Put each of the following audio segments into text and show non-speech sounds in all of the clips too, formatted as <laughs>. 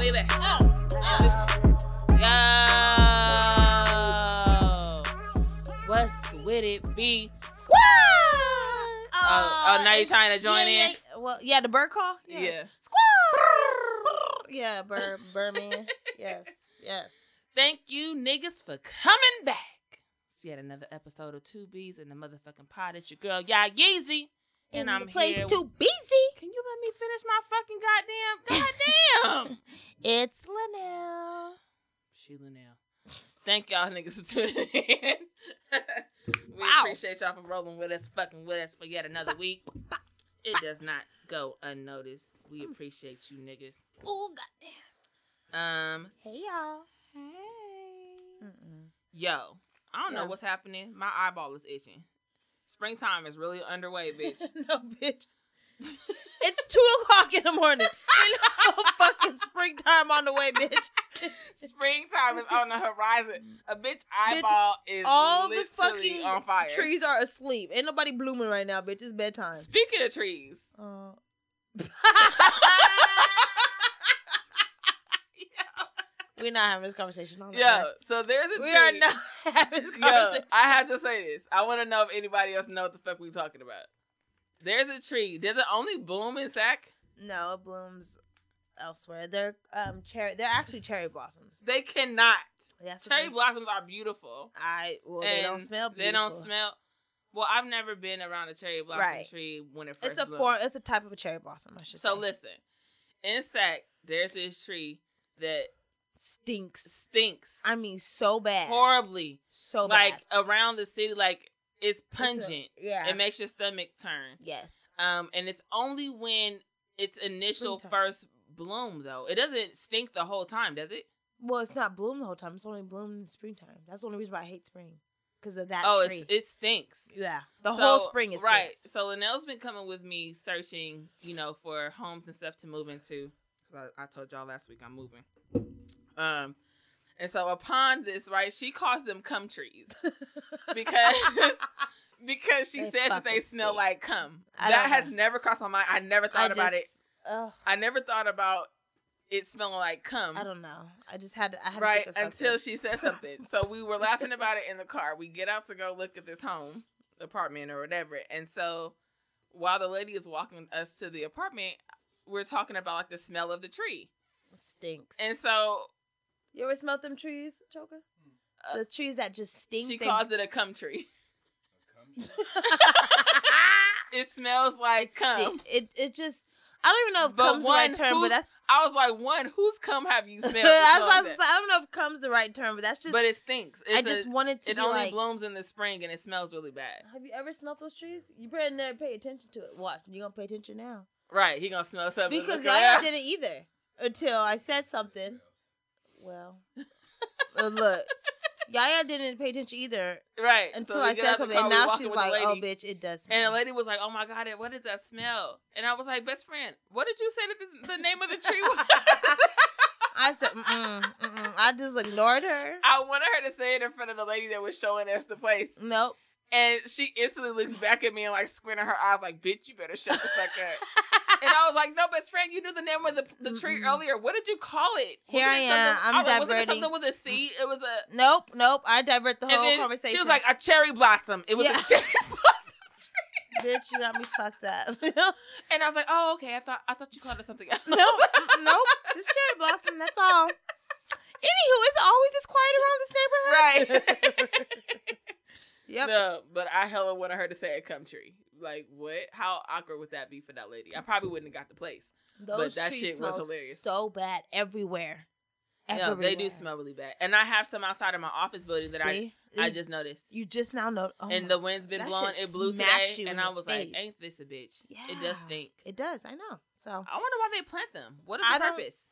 baby. Oh. Yo. What's with it be? Squad. Oh, oh, now you trying to join yeah, in? yeah, well, yeah, the bird call. Yes. Yeah. Squad. yeah, bird, <laughs> Birdman. yes, yes. Thank you, niggas, for coming back. It's yet another episode of Two B's and the motherfucking pod. It's your girl, Y'all Yeezy. In And I'm the place here. too busy. Can you let me finish my fucking goddamn? Goddamn. <laughs> It's Linnell. Sheila now. Thank y'all niggas for tuning in. <laughs> we Wow. appreciate y'all for rolling with us, fucking with us for yet another week. It does not go unnoticed. We Mm. appreciate you niggas. Oh God. Um Hey y'all. Hey. Mm-mm. Yo, I don't know Yeah. what's happening. My eyeball is itching. Springtime is really underway, <laughs> bitch. no, bitch. it's two o'clock in the morning. Ain't no Oh, fucking springtime on the way, bitch. <laughs> Springtime is on the horizon. A bitch eyeball is all the literally fucking on fire. Trees are asleep. Ain't nobody blooming right now, bitch. It's bedtime. Speaking of trees, Uh, <laughs> we're not having this conversation. On <laughs> yeah. So there's a we tree. are not <laughs> having this Yo, conversation. I have to say this. I want to know if anybody else know what the fuck we talking about. There's a tree. Does it only bloom in Sac? No, it blooms elsewhere. They're um cherry. They're actually cherry blossoms. They cannot. That's what Cherry they- blossoms are beautiful. I well, they don't And smell. They don't beautiful. smell. Well, I've never been around a cherry blossom Right. tree when it first. It's a bloomed. form. It's a type of a cherry blossom. I should. So say. listen, in Sac, there's this tree that stinks. stinks I mean, so bad, horribly. so like bad. around the city, like It's it's a- pungent. yeah. It makes your stomach turn. yes. Um, and it's only when its initial Springtime. first bloom, though. It doesn't stink the whole time, does it? Well, it's not bloom the whole time. It's only bloom in springtime. That's the only reason why I hate spring because of that oh, tree. it's, it stinks. yeah, the So, whole spring is right. right. So Linnell's been coming with me searching, you know, for homes and stuff to move into. 'Cause I, I told y'all last week I'm moving. Um, and so upon this, right, she calls them cum trees <laughs> <laughs> <laughs> because because she They says that they fucking smell stink. like cum. I that don't has know. never crossed my mind. I never thought about it. Ugh, I never thought about it smelling like cum. I don't know. I just had to. I had right to think of until something. <laughs> she said something. so we were laughing about it in the car. We get out to go look at this home, apartment or whatever. And so while the lady is walking us to the apartment, we're talking about like the smell of the tree. It stinks. And so you ever smelled them trees, Choka? Uh, the trees that just stink. she they- calls it a cum tree. <laughs> it smells like it cum. stink. It it just. I don't even know if But comes the right one term, who's but that's. I was like, one, whose cum <laughs> have you smelled? that's what to <laughs> smell I, was, that? I don't know if comes the right term, but that's just. but it stinks. It's I just a- wanted to it be only like, blooms in the spring and it smells really bad. Have you ever smelled those trees? You better never pay attention to it. Watch, you're gonna pay attention now Right, he gonna smell something. because Look y'all around. didn't either until I said something. <laughs> Well, uh, look, Yaya didn't pay attention either Right. so until we I get said out the something, car, and we now walking she's with the like, "Oh, lady. bitch, it does." And the smell." lady was like, "Oh my god, what is that smell?" And I was like, "Best friend, what did you say that the, the name of the <laughs> tree was?" I said, "Mm, mm-mm, mm-mm. "I just ignored her." I wanted her to say it in front of the lady that was showing us the place, Nope. and she instantly looks back at me and like squinting her eyes, like, "Bitch, you better shut the fuck <laughs> up." and I was like, "No, best friend, you knew the name of the, the tree Mm-mm. earlier. What did you call it?" Here Wasn't I it am. something- I'm was like, Wasn't it diverting. something with a C? It was a. Nope. Nope. I divert the and whole then conversation. she was like a cherry blossom. It was Yeah. a cherry <laughs> blossom. <laughs> "Bitch, you got me fucked <laughs> up." <laughs> And I was like, "Oh, okay. I thought I thought you called it something else." Nope, mm, nope. Just cherry blossom. That's all. Anywho, it's always this quiet around this neighborhood. right. Yep. No, but I hella wanted her to say a cum tree. Like what? How awkward would that be for that lady? I probably wouldn't have got the place. Those that trees shit was smell hilarious. So bad everywhere. No, they do smell really bad. And I have some outside of my office building that See? I I You- just noticed. you just now know. Oh and my- the wind's been that blowing. shit It blew smacks today, you in and the I was like, face. "Ain't this a bitch? It Yeah. does stink." it does. I know. So, I wonder why they plant them. What is I the don't- purpose?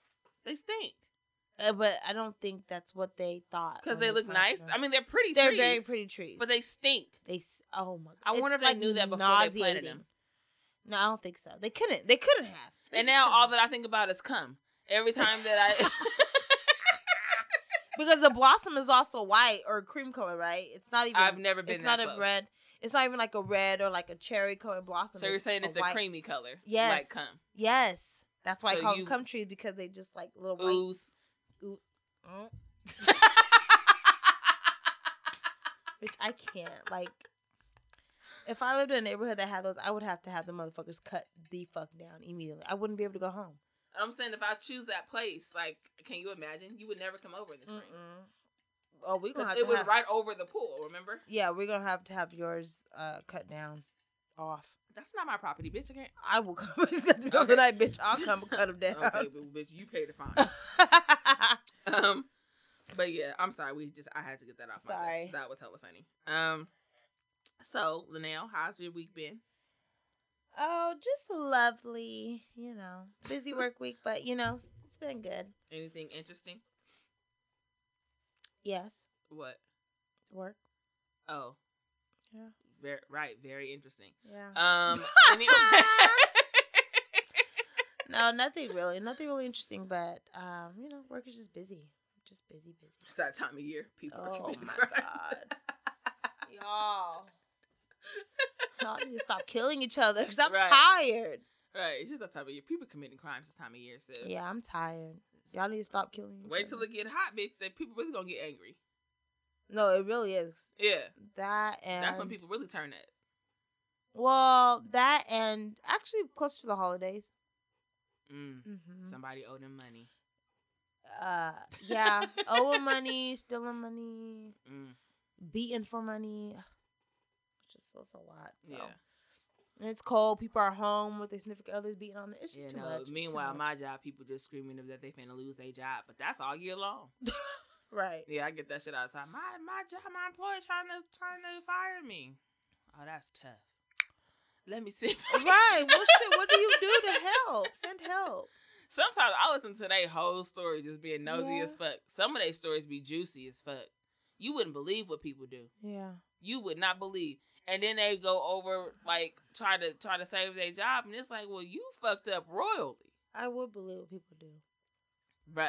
They stink uh, but I don't think that's what they thought. because when they look planted nice. them. I mean, they're pretty they're trees, very pretty trees. but they stink. they s- oh my. God. I It's, wonder if they like, knew that before they planted nauseating. them. No, I don't think so. They couldn't. They couldn't have. They And just now couldn't all have. that I think about is cum. <laughs> Every time that I because the blossom is also white or cream color, right? It's not even. <laughs> I've never been it's that not close. a red. It's not even like a red or like a cherry colored blossom. So you're saying it's a white- creamy color? Yes. Like cum. Yes. That's why So I call you- them cum trees because they just like little white. Ooze. Mm. Which I can't. Like, if I lived in a neighborhood that had those, I would have to have the motherfuckers cut the fuck down immediately. I wouldn't be able to go home. I'm saying if I choose that place, like, can you imagine? You would never come over in the spring. Mm-mm. Oh, we're gonna 'Cause have It to was have, right over the pool, remember? Yeah, we're gonna have to have yours uh, cut down off. That's not my property, bitch. I can't. I will <laughs> come the middle of Okay. the night, bitch. I'll come and cut <laughs> them down. <laughs> Okay, but bitch, you pay the fine. <laughs> um, but yeah, I'm sorry. We just I had to get that off my Sorry. chest. That was hella funny. Um, so Linnell, how's your week been? oh, just lovely. You know, busy work week, but you know, it's been good. Anything interesting? Yes, What? work. Oh, Yeah. Very right. <laughs> Very interesting. Yeah. Um. <laughs> any- No, nothing really. Nothing really interesting, but um, you know, work is just busy. Just busy, busy. it's that time of year. People are Oh committing my crimes. god. Y'all. Y'all need to stop killing each other because I'm Right. tired. Right. It's just that time of year. People committing crimes this time of year. So Yeah, I'm tired. Y'all need to stop killing each Wait other. till it get hot, bitch. Then people really gonna get angry. No, it really is. Yeah. That and That's when people really turn it. Well, that and actually close to the holidays. Mm. Mm-hmm. Somebody owe them money. Uh, yeah, owing money, stealing money, Mm. beating for money. Ugh, It's just it's a lot. So. Yeah. And it's cold. People are home with their significant others beating on them. It's just You too know, much. It's too meanwhile, much. my job people just screaming that they finna lose their job, but that's all year long. <laughs> right. Yeah, I get that shit all the time. My my job, my employer trying to trying to fire me. Oh, that's tough. Let me see. <laughs> if I can- right. Well, shit. What do you do to help? Send help. Sometimes I listen to their whole story just being nosy Yeah. as fuck. Some of their stories be juicy as fuck. You wouldn't believe what people do. Yeah. You would not believe. And then they go over like try to try to save their job, and it's like, well, you fucked up royally, I would believe what people do. bruh.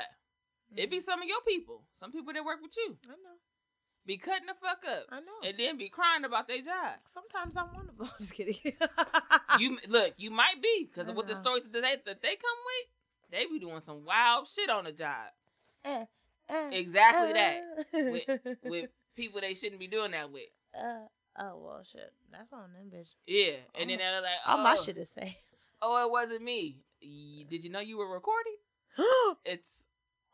It Mm-hmm. be some of your people, some people that work with you, Mm. I know. be cutting the fuck up, I know. and then be crying about their job. Sometimes I'm one of them. <laughs> I'm just kidding. Ah. you look, you might be because I with the know. stories that they that they come with, they be doing some wild shit on the job. Eh, eh, Exactly that eh. <laughs> with people they shouldn't be doing that with. Uh, oh well, shit. That's on them, bitch. Yeah, and then Oh. they're like, All oh, my shit is safe. <gasps> oh, it wasn't me. Y- Did you know you were recording? It's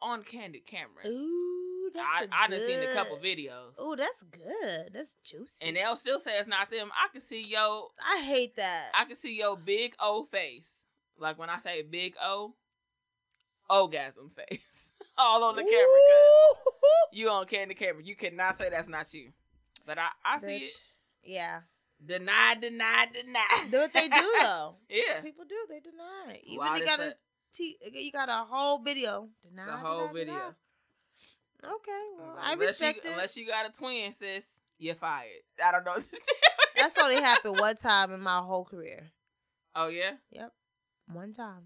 on candid camera. Ooh, that's I a I done seen a couple good- videos, Ooh, that's good. That's juicy. and they'll still say it's not them. I can see yo, I hate that. I can see yo big O face. Like when I say big O, orgasm face, <laughs> all on the camera. cuz. Ooh. You on candy camera. You cannot say that's not you. But I, I see it. Bitch. Yeah. Deny, deny, deny. Do what they <laughs> do though. yeah. People do. They deny. You Wild really as got a fuck. t- you got a whole video. Deny. It's a whole deny, video. deny. Okay. Well, I unless respect you, it. <laughs> Unless you got a twin, sis, you're fired. I don't know. what <laughs> to say. That's only happened one time in my whole career. oh yeah. Yep. One time.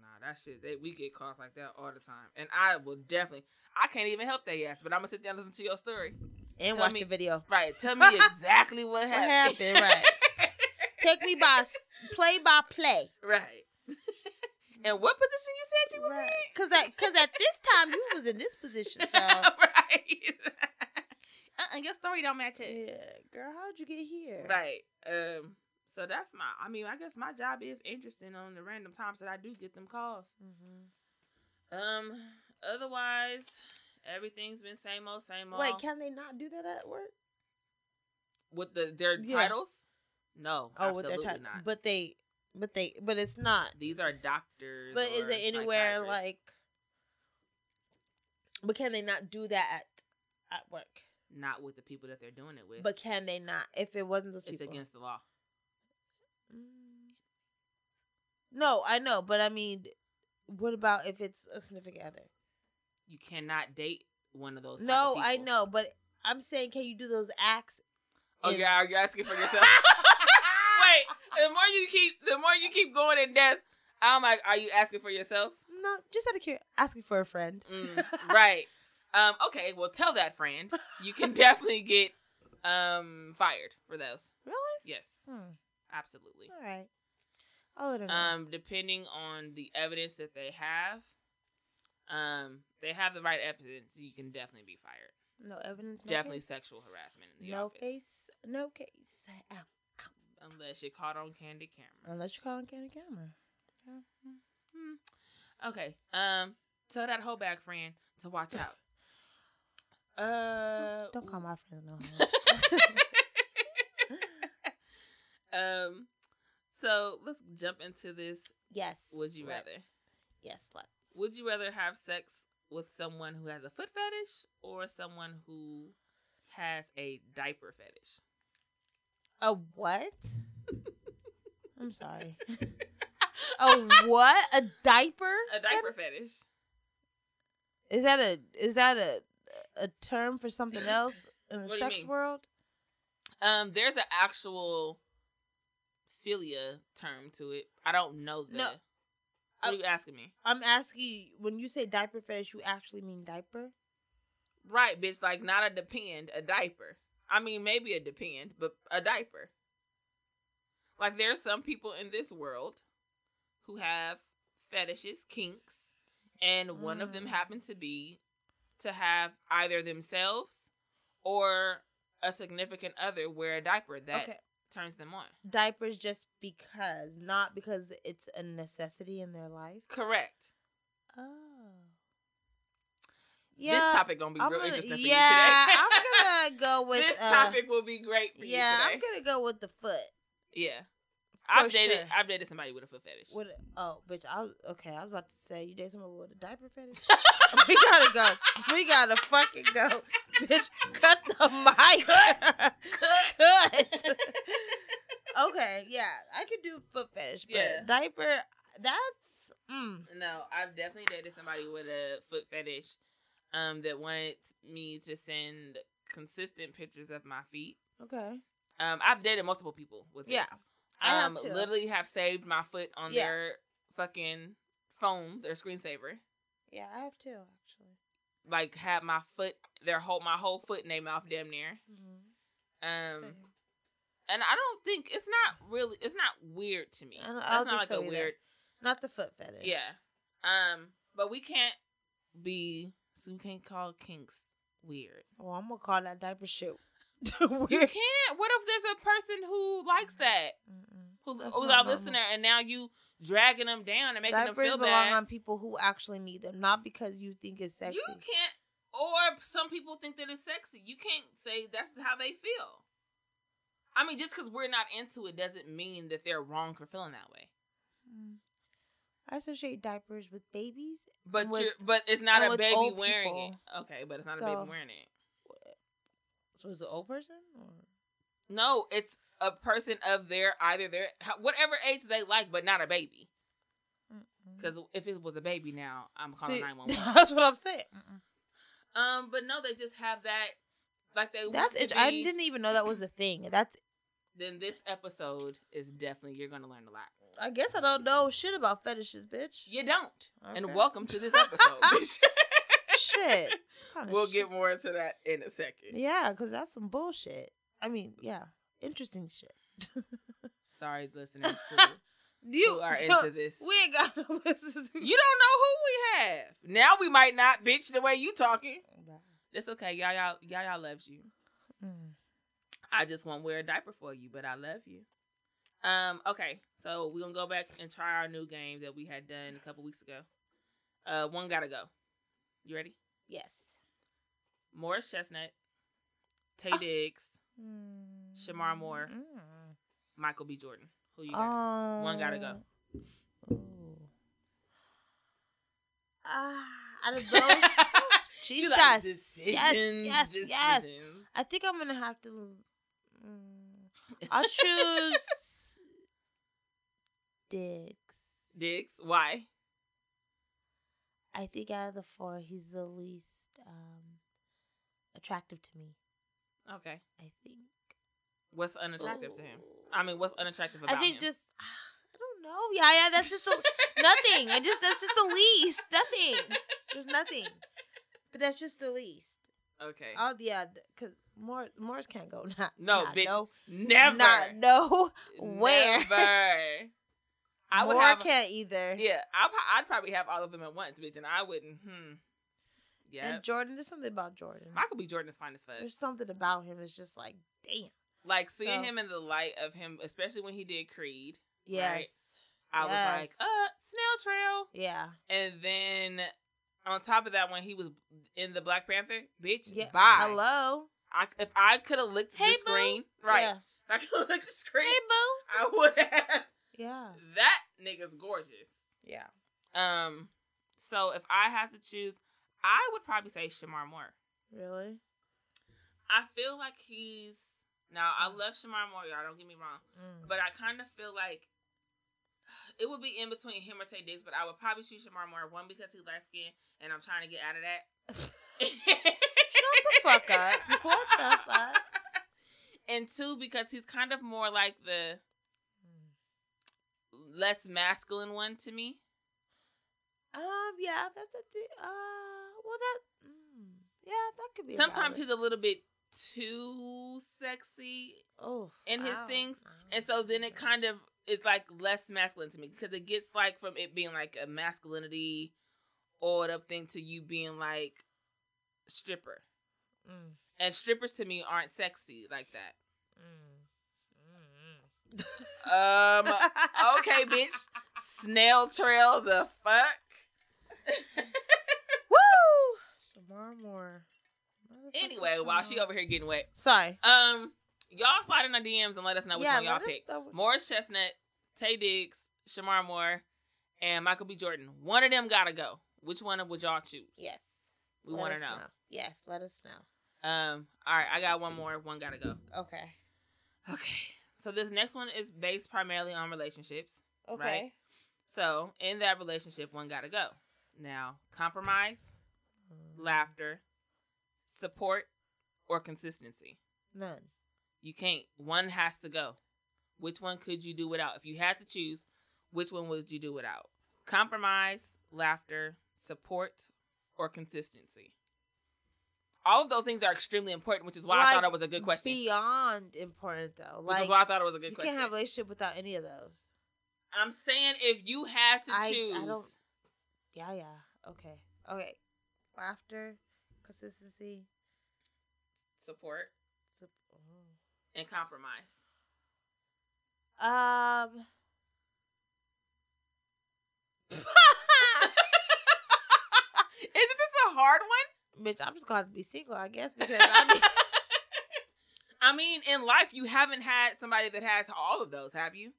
Nah, that shit. They, we get calls like that all the time, and I will definitely. I can't even help their ass, but I'm gonna sit down and listen to your story. And Tell watch me- the video. Right. Tell <laughs> me exactly What what happened. happened? Right. Take me by s- play by play. <laughs> right. <laughs> and what position you said you was Right. in? Cause at cause at this time you was in this position. So <laughs> uh right. uh-uh, your story don't match it. yeah, girl, how'd you get here? Right. Um. So that's my. I mean, I guess my job is interesting on the random times that I do get them calls. Mm-hmm. hmm Um. Otherwise, everything's been same old, same old. Wait, can they not do that at work? with the their Yeah. titles? No, Oh, with absolutely their time, not. but they, but they, but it's not. These are doctors. But is or it anywhere psychiatrists. like? But can they not do that at, at work? not with the people that they're doing it with? But can they not if it wasn't those it's people? against the law. Mm. No, I know, but I mean, what about if it's a significant other? You cannot date one of those. type of No, I people. know, but I'm saying, can you do those acts? Oh, in- yeah, are you asking for <laughs> yourself? Wait, the more you keep, the more you keep going in depth. I'm like, are you asking for yourself? No, just out of curiosity, asking for a friend. Mm, right. Um, okay. Well, tell that friend. <laughs> You can definitely get um fired for those. <laughs> Really? Yes, Hmm. absolutely. All right. I'll let her know. um, depending on the evidence that they have. Um, they have the right evidence, you can definitely be fired. no evidence. No definitely Case. sexual harassment in the No office, case. No case. Ow. unless you're caught on candid camera. Unless you call on camera. camera. Hmm. Okay. Um, tell that hoe back friend to <laughs> watch out. Uh, Don't call my friends no. <laughs> Um, so let's jump into this. yes. Would you rather? sluts. Yes, sluts. Would you rather have sex with someone who has a foot fetish or someone who has a diaper fetish? A <laughs> what? I'm sorry. a what? A diaper? A diaper fetish. Is that a is that a a term for something else in the What do you sex mean? world? Um, there's an actual philia term to it. I don't know the. No. What are you asking me? I'm asking you, when you say diaper fetish, you actually mean diaper? Right, bitch. Like not a depend, a diaper. I mean, maybe a depend, but a diaper. Like there are some people in this world who have fetishes, kinks, and one of them Mm. happened to be to have either themselves or a significant other wear a diaper that okay. turns them on. Diapers just because, not because it's a necessity in their life. Correct. Oh. this topic gonna be I'm real gonna- interesting for yeah, you today. <laughs> I'm gonna go with this uh, topic will be great for Yeah, you I'm today. gonna go with the foot. yeah. I've For dated sure. I've dated somebody with a foot fetish. What? Oh, bitch! I was okay. I was about to say you did someone with a diaper fetish. <laughs> we gotta go. We gotta fucking go, bitch. Cut the mic. Cut. okay, yeah, I could do foot fetish, but Yeah. diaper. That's mm, No, I've definitely dated somebody with a foot fetish um, that wanted me to send consistent pictures of my feet. okay. Um, I've dated multiple people with this. Yeah, I have Um, too. literally have saved my foot on Yeah. their fucking phone, their screensaver. Yeah, I have two actually. Like had my foot, their whole my whole foot in their mouth damn near. Mm-hmm. Um, and I don't think it's not really it's not weird to me. I don't- I That's don't not like think so a either. weird Not the foot fetish. Yeah. Um, but we can't be so we can't call kinks <laughs> weird. Well, I'm gonna call that diaper shit. <laughs> You Weird. can't. What if there's a person who likes that? Mm-mm. Who, That's who's not our normal. listener and now you dragging them down and making them Diapers feel belong bad. on people who actually need them, not because you think it's sexy. you can't or some people think that it's sexy. You can't say that's how they feel. I mean, just because we're not into it doesn't mean that they're wrong for feeling that way. Mm. I associate diapers with babies. But With- you're, but it's not and a with baby old wearing people. it. Okay, but it's not a So- baby wearing it. So is it old person? Or? No, it's a person of their either their whatever age they like, but not a baby. Because if it was a baby now, I'm calling See, <laughs> nine one one. That's what I'm saying. Um, but no, they just have that like they. want That's to it. I be. didn't even know that was a thing. That's Then this episode is definitely you're gonna learn a lot. I guess I don't know shit about fetishes, bitch. You don't. And Okay. welcome to this episode. bitch. <laughs> <laughs> shit. What kinda we'll shit? get more into that in a second. Yeah, because that's some bullshit. I mean, yeah, interesting shit. Sorry, <laughs> listeners who, You who are <laughs> into this. We ain't got <laughs> no listeners. you don't know who we have. Now we might not bitch the way you talking. It's okay. Y'all, y'all, y'all, y'all loves you. Mm. I just won't wear a diaper for you, but I love you. Um, okay, so we're gonna go back and try our new game that we had done a couple weeks ago. Uh, one gotta go. You ready? Yes. Morris Chestnut, Ah. Tay Diggs, Shamar Moore. Mm. Michael B. Jordan. Who you got? Um, One gotta go. Ah, <laughs> out <laughs> of those, You Jesus, like yes, decisions, yes, yes. decisions. I think I'm gonna have to. Mm, I'll <laughs> choose Diggs. Diggs, why? I think out of the four, he's the least um, attractive to me. Okay. I think. What's unattractive to him? I mean, what's unattractive about I think him? just <sighs> I don't know. Yeah, yeah. That's just the nothing. I just that's just the least. Nothing. There's nothing. But that's just the least. okay. Oh yeah, because Morris, Morris can't go. <laughs> Not No, not bitch. No, Never. Not no. Where? Never. I would More have. can't either. Yeah, I, pro- I'd probably have all of them at once, bitch, and I wouldn't. Hmm. Yeah, And Jordan, there's something about Jordan. Michael B. Jordan is fine as fuck. There's something about him. It's just like, damn. Like seeing So- him in the light of him, especially when he did Creed. Yes. Right. I was like, Yes. uh, snail trail. Yeah. And then on top of that, when he was in the Black Panther, bitch, Yeah. bye. Hello. I, if I could have licked Hey, the boo. screen, right? Yeah. If I could have licked the screen, Hey, boo. I would have. Yeah. That nigga's gorgeous. Yeah. Um, so if I had to choose, I would probably say Shamar Moore. Really? I feel like he's now. I love Shamar Moore, y'all. Don't get me wrong, Mm. but I kind of feel like it would be in between him or Tay Diggs. But I would probably choose Shamar Moore one because he's light skinned and I'm trying to get out of that. <laughs> Shut the the fuck <laughs> up. What the fuck? And two because he's kind of more like the less masculine one to me. Um, yeah, that's a di- uh well that mm, yeah, that could be Sometimes he's a little bit too sexy oh mm, in his things, And so then it kind of is like less masculine to me because it gets like from it being like a masculinity oiled up thing to you being like stripper. of mm, And strippers to me aren't sexy like that. mm, Um mm, mm. okay, bitch. Snail trail the fuck. <laughs> Woo! Shamar Moore. Motherfucker Anyway, while she Shamar. over here getting wet. Sorry. Um, y'all slide in our DMs and let us know which Yeah, one y'all let us pick. know which- Morris Chestnut, Tay Diggs, Shamar Moore, and Michael B. Jordan. One of them gotta go. Which one would y'all choose? Yes. We let want to us know. Yes, let us know. Um, all right, I got one more. One gotta go. Okay. Okay. So this next one is based primarily on relationships. Okay. Right. So in that relationship, one gotta go. Now, compromise, Mm, laughter, support, or consistency. None. You can't. One has to go. Which one could you do without? If you had to choose, which one would you do without? Compromise, laughter, support, or consistency. All of those things are extremely important, which is why I Like, thought it was a good question. Beyond important though. which Like is why I thought it was a good you question. can't have a relationship without any of those. I'm saying if you had to I- I choose, don't- Yeah, yeah. Okay. Okay. Laughter, consistency, support sup- oh. and <laughs> compromise. <laughs> um Isn't this a hard one? bitch, I'm just gonna have to be single, I guess, because I mean, <laughs> I mean, in life, you haven't had somebody that has all of those, have you?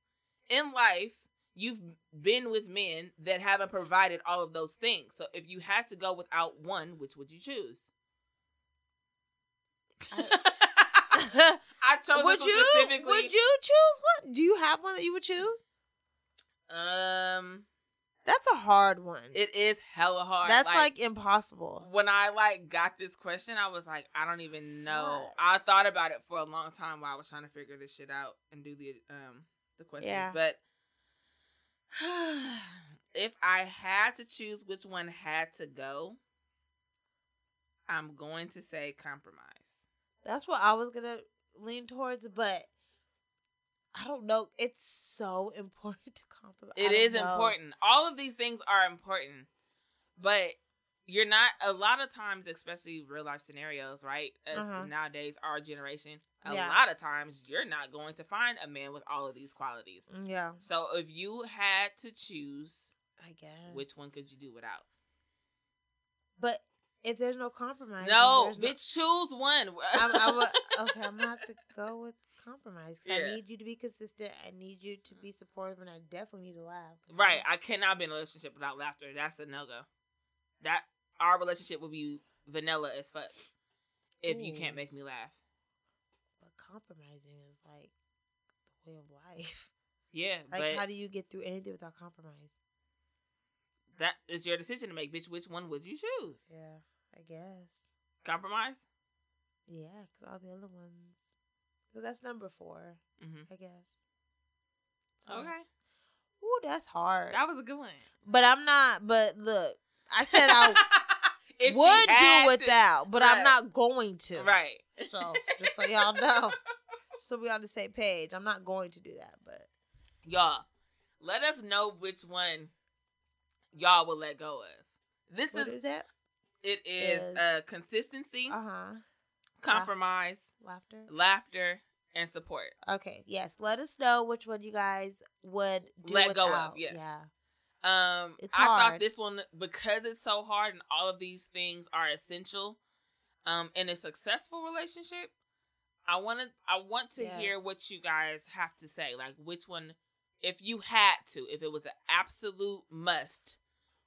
In life, you've been with men that haven't provided all of those things. So if you had to go without one, which would you choose? <laughs> I, chose would this one you specifically. would you choose one? Do you have one that you would choose? Um, That's a hard one. it is hella hard. That's like, impossible. when I like got this question, I was like, I don't even know. Fuck. I thought about it for a long time while I was trying to figure this shit out and do the um the question. Yeah. But <sighs> if I had to choose which one had to go, I'm going to say compromise. That's what I was gonna lean towards, but I don't know. It's so important to compromise. I It don't is know. important. All of these things are important, but you're not a lot of times, especially real life scenarios, right? Us Uh-huh. nowadays, our generation, a Yeah. lot of times you're not going to find a man with all of these qualities. Mm, Yeah, So if you had to choose, I guess. which one could you do without? But if there's no compromise, then No, there's bitch, choose one. <laughs> I'm, I'm a- okay, I'm gonna have to go with compromise. 'cause Yeah. I need you to be consistent. I need you to be supportive, and I definitely need to laugh. 'cause right, I cannot be in a relationship without laughter. That's a no go. That our relationship would be vanilla as fuck if you Ooh. can't make me laugh. But compromising is like the way of life. <laughs> Yeah, Like, but how do you get through anything without compromise? That is your decision to make, bitch. Which one would you choose? Yeah, I guess. Compromise? Yeah, because all the other ones. Because that's number four, Mm-hmm. I guess. Okay. Ooh, that's hard. That was a good one. But I'm not. But look, <laughs> I said I <laughs> If she would had do without, but Right. I'm not going to. To, right. So just so y'all know, so we on the same page. I'm not going to do that, but Y'all, Let us know which one y'all will let go of. This What is is that? it is, is- uh, consistency, Uh huh. compromise, Laughter. laughter, and support. Okay. Yes. Let us know which one you guys would do Let go of, without. yeah. Yeah. Um, It's I thought hard. this one because it's so hard and all of these things are essential. Um, in a successful relationship, I want to I want to hear Yes. what you guys have to say. Like which one, if you had to, if it was an absolute must,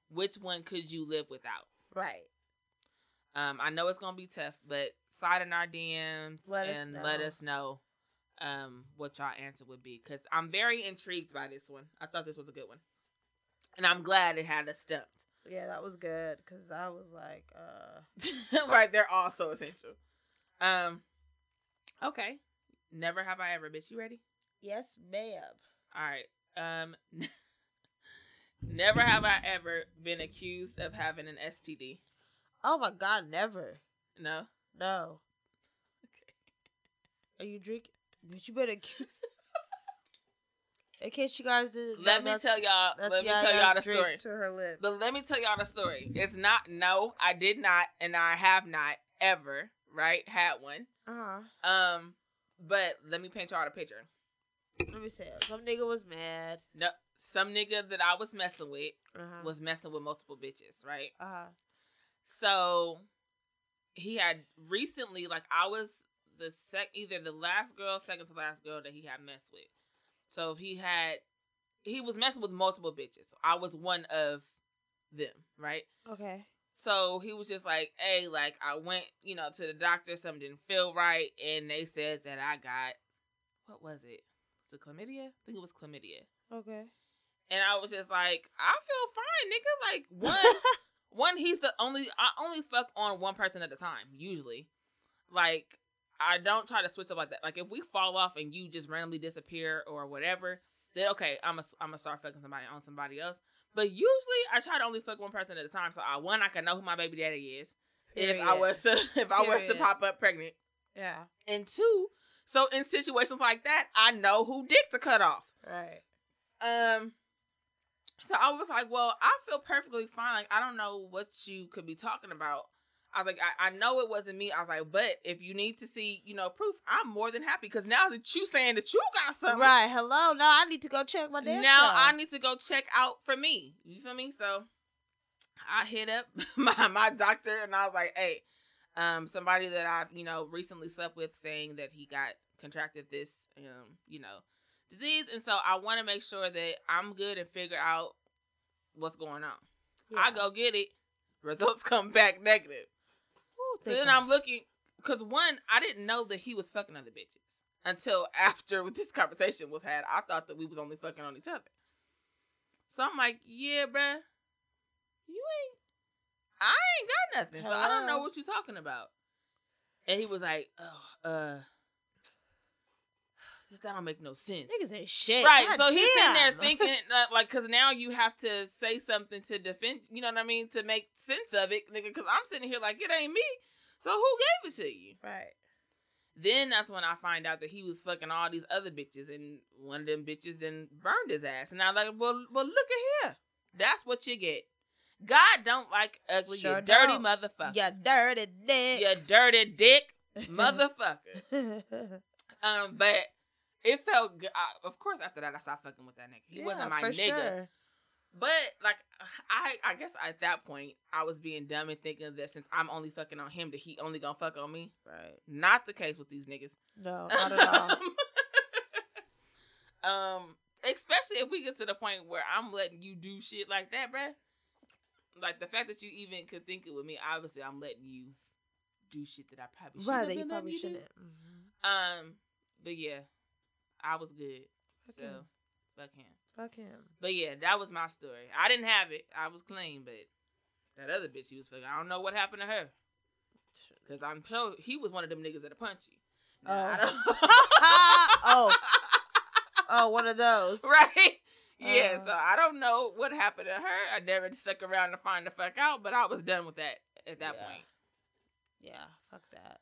which one could you live without? Right. Um, I know it's gonna be tough, but slide in our DMs Let us and let know. us know um what y'all answer would be because I'm very intrigued by this one. I thought this was a good one, and I'm glad it had us stumped. <laughs> Yeah, that was good because I was like, uh, right, they're all so essential. Um, okay. Never have I ever, bitch. You ready? yes, ma'am. All right. Um, <laughs> never have I ever been accused of having an STD. Oh my God, never. No. No. Okay. Are you drinking? But you better accuse. In case you guys did. Let me tell y'all. Let me tell y'all the story. To her lips. But let me tell y'all the story. It's not no, I did not, and I have not ever, right, had one. Uh huh. Um, but let me paint y'all the picture. Let me say it. Some nigga was mad. No some nigga that I was messing with Uh huh. was messing with multiple bitches, right? Uh huh. So he had recently, like I was the sec either the last girl, second to last girl that he had messed with. So he had he was messing with multiple bitches. I was one of them, right? Okay. So he was just like, hey, like I went, you know, to the doctor, something didn't feel right, and they said that I got what was it? Was it chlamydia? I think it was chlamydia. Okay. And I was just like, I <laughs> feel fine, nigga. Like one one, he's the only I only fuck on one person at a time, usually. Like, I don't try to switch up like that. Like if we fall off and you just randomly disappear or whatever, then okay, I'm a I'm gonna start fucking somebody on somebody else. But usually I try to only fuck one person at a time. So I one, I can know who my baby daddy is. If I Period. was to <laughs> if I was to Period. pop up pregnant. Yeah. And two, so in situations like that, I know who dick to cut off. Right. Um, so I was like, well, I feel perfectly fine. Like, I don't know what you could be talking about. I was like, I, I know it wasn't me. I was like, but if you need to see, you know, proof, I'm more than happy. Because now that you saying that you got something, Right. Hello. No, I need to go check my damn. now self. I need to go check out for me. You feel me? So I hit up <laughs> my, my doctor and I was like, hey, um, somebody that I've, you know, recently slept with saying that he got contracted this, um, you know, disease. And so I want to make sure that I'm good and figure out what's going on. I Yeah. go get it. Results <laughs> come back negative. Ooh, So thank then God. I'm looking, because one, I didn't know that he was fucking other bitches until <laughs> after this conversation was had. I thought that we was only fucking on each other. So I'm like, yeah, bruh, you ain't, I ain't got nothing. So I don't know Hello? what you're talking about. And he was like, oh, uh, <sighs> that don't make no sense. Niggas ain't shit. Right, God so he's sitting there damn. thinking, that, like, because now you have to say something to defend, you know what I mean, to make sense of it, nigga. Because I'm sitting here like, it ain't me. So who gave it to you? Right. Then that's when I find out that he was fucking all these other bitches, and one of them bitches then burned his ass. And I'm like, well, well, look at here. That's what you get. God don't like ugly, Sure you dirty don't. motherfucker. You dirty dick. You dirty dick <laughs> motherfucker. Um, but it felt good. I, of course, after that, I stopped fucking with that nigga. He wasn't my for nigga. Sure. But like, I I guess at that point, I was being dumb and thinking that since I'm only fucking on him, that he only gonna fuck on me. Right. Not the case with these niggas. No, not at <laughs> all. um, especially if we get to the point where I'm letting you do shit like that, bruh. Like the fact that you even could think it with me, obviously I'm letting you do shit that I probably should right, have that been you letting probably you do. shouldn't. Mhm. Um, but yeah, I was good. Fuck so him. fuck him. Fuck him. <laughs> But yeah, that was my story. I didn't have it. I was clean, but that other bitch he was fucking, I don't know what happened to her. Cause I'm sure he was one of them niggas that'll punch you. Nah, Oh. I don't- <laughs> Ah, oh. Oh, one of those. right? Yeah, Uh. so I don't know what happened to her. I never stuck around to find the fuck out, but I was done with that at that Yeah. point. Yeah, fuck that.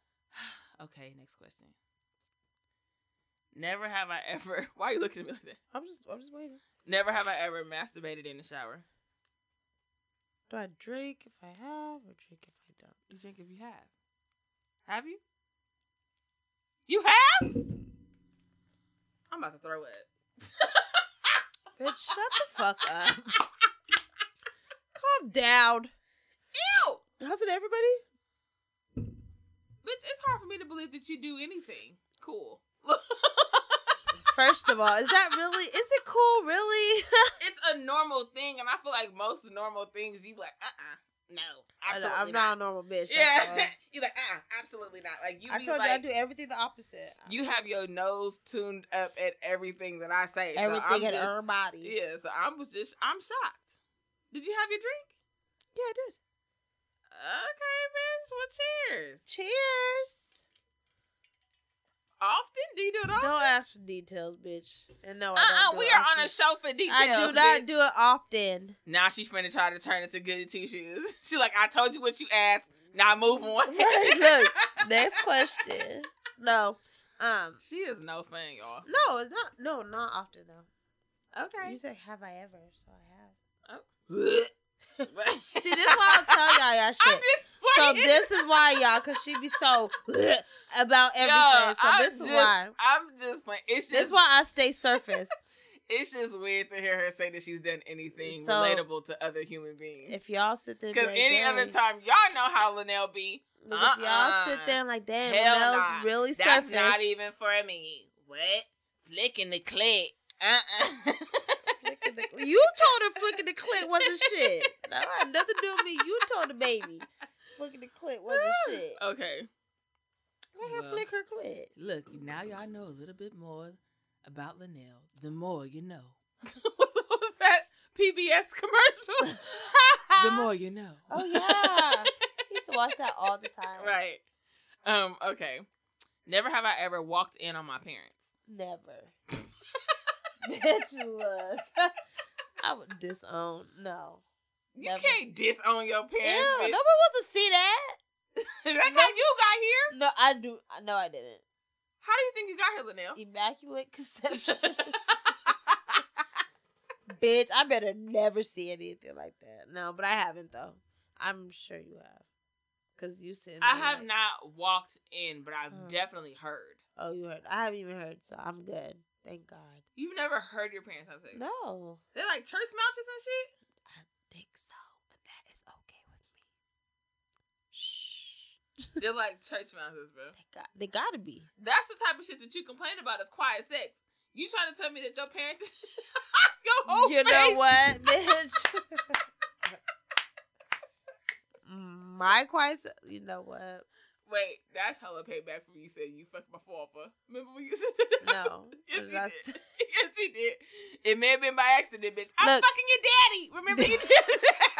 Okay, next question. Never have I ever. <laughs> Why are you looking at me like that? I'm just I'm just waiting. Never have I ever masturbated in the shower. Do I drink if I have or drink if I don't? You drink if you have. Have you? You have? I'm about to throw it. Bitch, shut the fuck up. Calm down. Ew! How's it everybody? Bitch, it's hard for me to believe that you do anything. Cool. <laughs> First of all, is that really is it cool really? It's a normal thing, and I feel like most normal things you be like, uh uh no. Absolutely I'm not. not a normal bitch. that's Yeah. all. <laughs> you like, uh uh absolutely not. Like, you I be told like, you I do everything the opposite. you have your nose tuned up at everything that I say. so I'm everything in just, her body. Yeah, so I'm was just I'm shocked. Did you have your drink? Yeah, I did. Okay, bitch. Well, cheers. Cheers. Often? Do you do it often? Don't ask for details, bitch. And no, I uh-uh, don't. do we it are on often. a show for details. I do not bitch. do it <laughs> often. Now she's finna try to turn into goody two shoes. <laughs> She's like, I told you what you asked. Now move on. Right, look, Next question. No, um, <laughs> she is no fun, y'all. no, it's not. No, not often though. <laughs> Okay. You said, "Have I ever?" So I have. See, See, this is why I <laughs> tell y'all y'all I'm shit. <laughs> just So playing. this is why y'all, cause she be so <laughs> about everything. Yo, so I'm this is just, why. I'm just playing. It's This just is why I stay <laughs> surface. it's just weird to hear her say that she's done anything So, relatable to other human beings. if y'all sit there, and be Because like, any other "Dang." time, y'all know how Linnell be. Like, if y'all sit Uh-uh. there and like, damn, Hell Linnell's nah. really That's surface. not <laughs> even for me. What? Flicking the clit. Uh-uh. <laughs> Flicking the- you told her flicking the clit wasn't shit. That had nothing to do with me. You told the baby flicking the clit <laughs> wasn't shit. okay. Let her Oh, Well. flick her <laughs> clit. <laughs> Look, now y'all know a little bit more about Linnell. The more you know. <laughs> what was that PBS commercial? <laughs> the more you know. Oh yeah, he used to watch that all the time. <laughs> right. Um, okay. Never have I ever walked in on my parents. <laughs> Never. Bitch, look. I would disown. No. You Never. can't disown Ew, your nobody parents. bitch. wants to see that. <laughs> That's how you got here. No, I do. No, I didn't. How do you think you got here, Linnell? Immaculate <laughs> conception. <laughs> Bitch, I better never see anything like that. No, but I haven't though. I'm sure you have, cause you said I have not walked in, but I've Oh. definitely heard. Oh, you heard. I haven't even heard, so I'm good. Thank God. You've never heard your parents have sex. No, They're like church mouches and shit. I think so, but that is okay with me. Shh. They're like church mouses, bro. They got. They gotta be. That's the type of shit that you complain about is quiet sex. You trying to tell me that your parents, <laughs> your whole you know face- <laughs> what, bitch? My quiet. se- You know what? Wait, that's hella payback for you said you fucked my father. Remember when you said <laughs> that? No. <laughs> yes, you That's- did. Yes, you did. It may have been by accident, bitch. I'm Look. fucking your daddy. Remember you did that?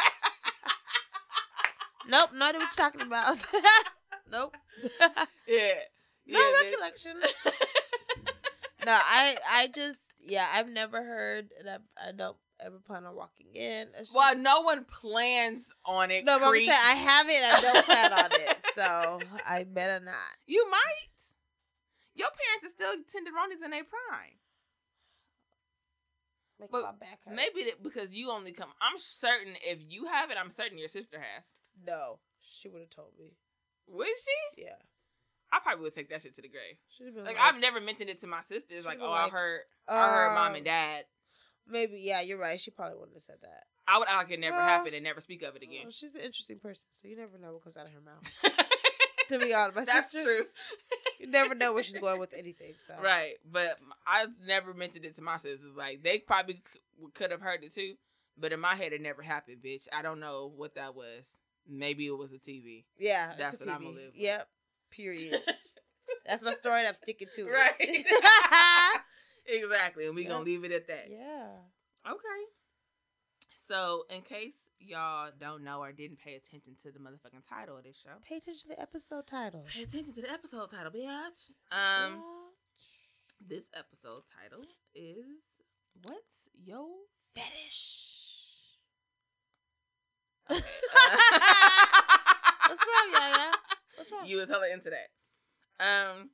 <laughs> <laughs> Nope, not what you're talking <laughs> about. nope. yeah. no yeah, bitch. <laughs> recollection. no, I I just yeah, I've never heard and I I don't ever plan on walking in. It's Well, just- no one plans on it. No, but I'm creep. saying I have it. I don't plan on <laughs> it, so I better not. You might. Your parents are still tenderonis in their prime. Make But my back hurt. Maybe that because you only come. I'm certain if you have it, I'm certain your sister has. No, she would have told me. Would she? Yeah, I probably would take that shit to the grave. should have been Like like, I've never mentioned it to my sisters. Like, Should've oh, been I like, heard, I heard mom and um, dad. Maybe yeah, you're right. She probably wouldn't have said that. I would like it never well, oh, happened and never speak of it Well, again. she's an interesting person, so you never know what comes out of her <laughs> mouth. to be honest, my That's sister, true, you never know where she's going with anything. So right? But I never mentioned it to my sisters. Like they probably could have heard it too, but in my head it never happened, bitch. I don't know what that was. Maybe it was the TV. Yeah, it's That's a what I'ma TV. live with. Yep. <laughs> Period. That's my story. and I'm sticking to it. Right. <laughs> Exactly, and we Yeah. gonna leave it at that. <laughs> yeah. Okay. So, in case y'all don't know or didn't pay attention to the motherfucking title of this show, Pay attention to the episode title. pay attention to the episode title, bitch. Um, this episode title is "What's Yo uh, Fetish." <laughs> Okay. uh, <laughs> What's wrong, Yaya? What's wrong? you was hella into that. Um,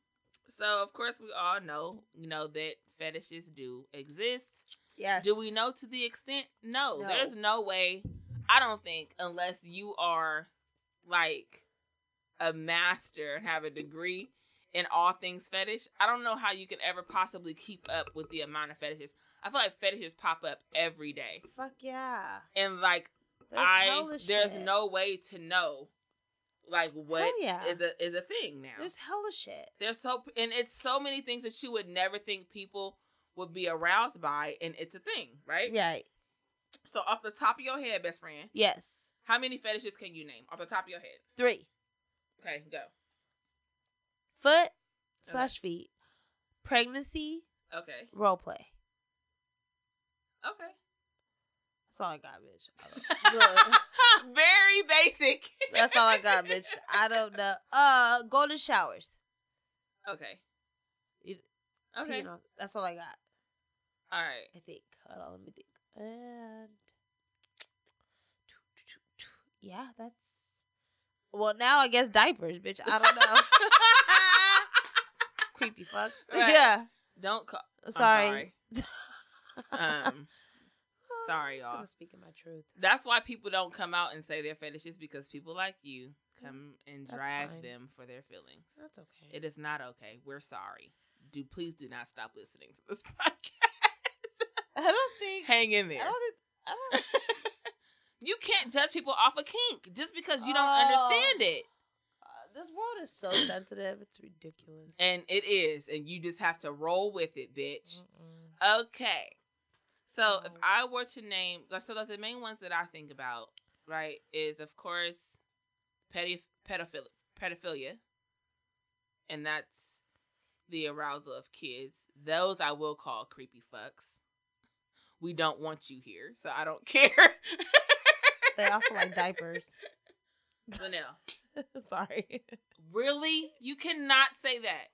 So of course we all know, you know, that fetishes do exist. Yes. Do we know to the extent? No, No. There's no way. I don't think unless you are like a master and have a degree in all things fetish, I don't know how you could ever possibly keep up with the amount of fetishes. I feel like fetishes pop up every day. Fuck yeah. And like There's I hella there's shit. no way to know like what Hell is yeah. a is a thing now. There's hella shit. There's so and it's so many things that you would never think people would be aroused by, and it's a thing, right? Right. So off the top of your head, best friend, Yes. how many fetishes can you name off the top of your head? Three. Okay, go. Foot slash feet. Pregnancy. Okay, Role play. okay. That's all I got, bitch. I don't- Look, <laughs> Very basic. that's all I got, bitch. <laughs> I don't know. Uh, golden showers. Okay. You- Okay. You know, that's all I got. All <laughs> right. I think. Hold on, let me think. And yeah, that's. Well, now I guess diapers, bitch. I don't know. <laughs> Creepy fucks. Right. Yeah. Don't call. I'm Sorry. sorry. <laughs> Um, sorry, <sighs> I'm just gonna y'all. Speaking my truth. that's why people don't come out and say their fetishes because people like you come and That's drag fine. them for their feelings. That's okay. It is not okay. We're sorry. Do please do not stop listening to this <laughs> podcast. I don't think. Hang in I there. don't. think- I don't. You can't judge people off a kink just because you don't Oh. understand it. Uh, this world is <laughs> so sensitive. It's ridiculous. And it is, and you just have to roll with it, bitch. Mm-mm. Okay. So if Oh. I were to name, like, so like the main ones that I think about, right, is of course pedi- pedophil- pedophilia, and that's the arousal of kids. Those I will call creepy fucks. We don't want you here, so I don't <laughs> care. They also like <laughs> diapers. Linnell, Sorry. really? You cannot say that.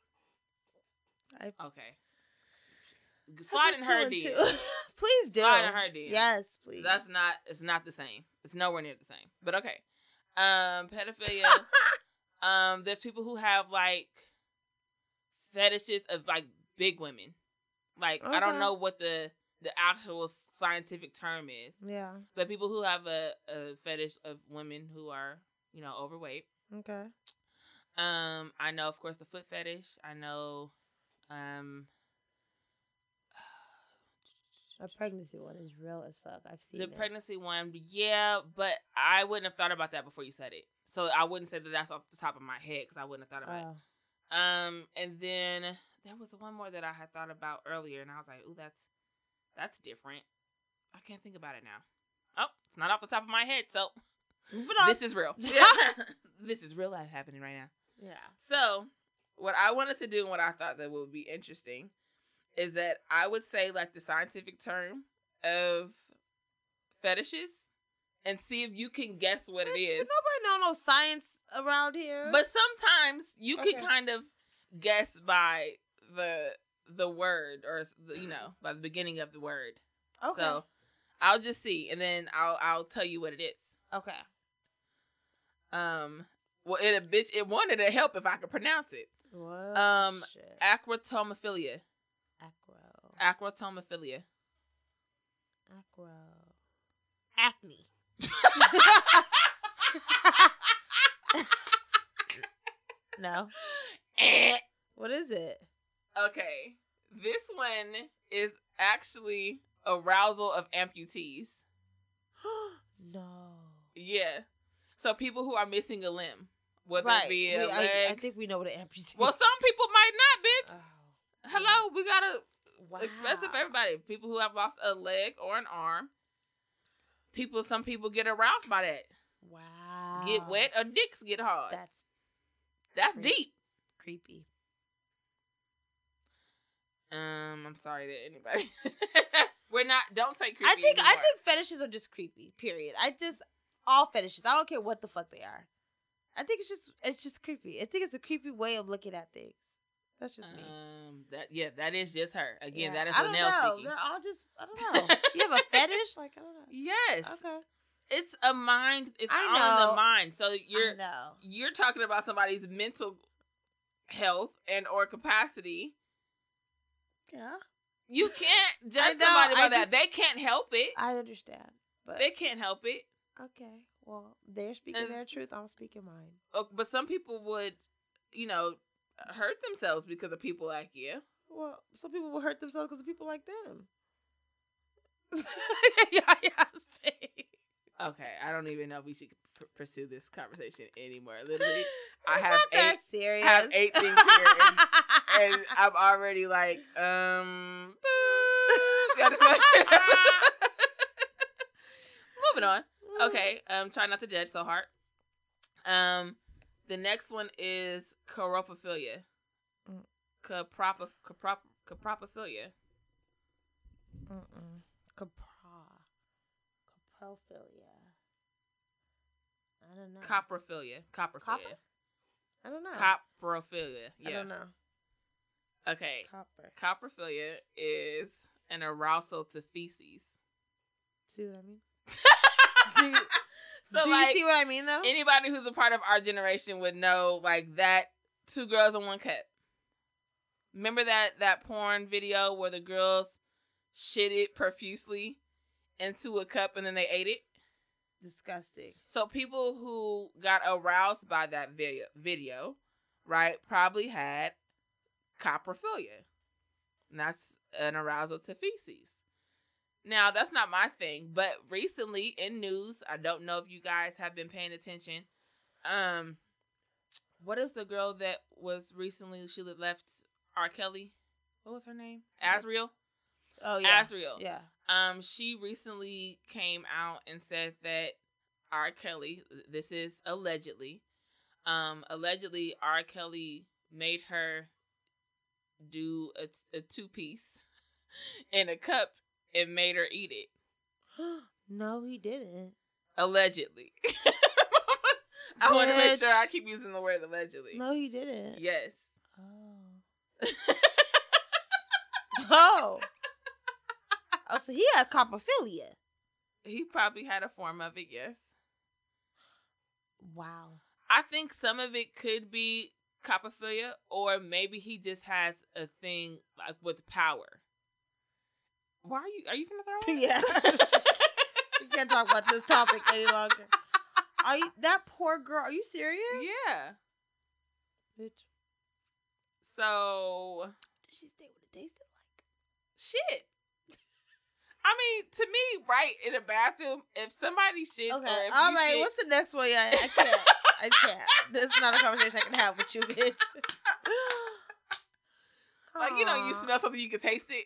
I Okay. Oh, Slide in Two her and <laughs> two. DM. please do. Slide in her DM. Yes, please. That's not. It's not the same. It's nowhere near the same. But okay. Um, <laughs> pedophilia. um, there's people who have like fetishes of like big women. Like I don't Okay. know what the the actual scientific term is, yeah. but people who have a, a fetish of women who are you know overweight. Okay. Um, I know, of course, the foot fetish. I know. Um, A pregnancy one is real as fuck. I've seen The it. pregnancy one, yeah, but I wouldn't have thought about that before you said it. So I wouldn't say that that's off the top of my head because I wouldn't have thought about Oh. it. Um, and then there was one more that I had thought about earlier, and I was like, "Ooh, that's that's different." I can't think about it now. Oh, it's not off the top of my head, <laughs> so Moving on. <laughs> this is real. <laughs> this is real life happening right now. yeah. So, what I wanted to do and what I thought that would be interesting is that I would say like the scientific term of fetishes and see if you can guess what it Bitch, is. Nobody know no science around here. But sometimes you can Okay. kind of guess by the the word or you know, by the beginning of the word. okay. So, I'll just see and then I'll I'll tell you what it is. okay. Um well, it a bitch. It wanted to help if I could pronounce it. What Um, shit. Acrotomophilia. acro. Acrotomophilia. acro. Acne. no. Eh. What is it? Okay. This one is actually arousal of amputees. <gasps> no. Yeah. So people who are missing a limb, whether it be a We- leg. I, I think we know what an amputee. well, some people might not, bitch. Oh. Hello, we gotta Wow. express it for everybody. People who have lost a leg or an arm. People, some people get aroused by that. Wow. Get wet or dicks get hard. That's That's crazy. deep. creepy. Um, I'm sorry to anybody. <laughs> We're not. Don't say creepy. I think I anymore. think fetishes are just creepy. Period. I just all fetishes. I don't care what the fuck they are. I think it's just it's just creepy. I think it's a creepy way of looking at things. That's just me. Um, that yeah, that is just her again. Yeah. That is I don't Linnell know. speaking. They're all just I <laughs> don't know. you have a fetish? Like I don't know. Yes, Okay. it's a mind. It's I all in the know. mind. So you're I know. you're talking about somebody's mental health and or capacity. Yeah. You can't judge know, somebody by I that. They can't help it. I understand. But They can't help it. okay. Well, they're speaking And- their truth. I'm speaking mine. Oh, But some people would, you know, hurt themselves because of people like you. Well, some people will hurt themselves because of people like <laughs> them. yeah, yeah, speak. Okay, I don't even know if we should p- pursue this conversation anymore. Literally, <laughs> I It's have not that eight- serious. I have eight things here, <laughs> and, and <laughs> I'm already like, um, boop. I <laughs> just want- moving on. <laughs> Okay, um, try not to judge so hard. Um, the next one is coropophilia. Mm. Caprop caprop capropophilia. Mm-mm. Capra. Caprophilia. I don't know. Coprophilia. Coprophilia. I don't know. Coprophilia. I Yeah. don't know. Okay. Copper. Coprophilia is an arousal to feces. See what I <laughs> mean? do So do like you see what I mean though? anybody who's a part of our generation would know like that two girls in one cup. Remember that that porn video where the girls shitted profusely into a cup and then they ate it? Disgusting. So people who got aroused by that video, video, right, probably had coprophilia. And that's an arousal to feces. Now, that's not my thing, but recently in news, I don't know if you guys have been paying attention. Um what is the girl that was recently she left R. Kelly? What was her name? Asriel? Oh yeah. Asriel. yeah. <gasps> Um, she recently came out and said that R. Kelly, this is allegedly, um, allegedly R. Kelly made her do a, a two piece <laughs> in a cup and made her eat it. no, he didn't. Allegedly. <laughs> I want to make Bitch. sure I keep using the word allegedly. No, he didn't. Yes. Oh. <laughs> oh. Oh, so he had coprophilia. He probably had a form of it, yes. Wow. I think some of it could be coprophilia, or maybe he just has a thing like with power. Why are you? Are you <laughs> from the Yeah. We can't talk about this topic any longer. Are you that poor girl? Are you serious? <laughs> yeah. Bitch. So Did she stay with a taste of shit. I mean, to me, right in a bathroom, if somebody shits like? or Okay. if All you right. shit, What's the next one? Yeah, I can't. I can't. This is not a conversation I can have with you, bitch. <laughs> like you know, you Aw. smell something, you can taste it,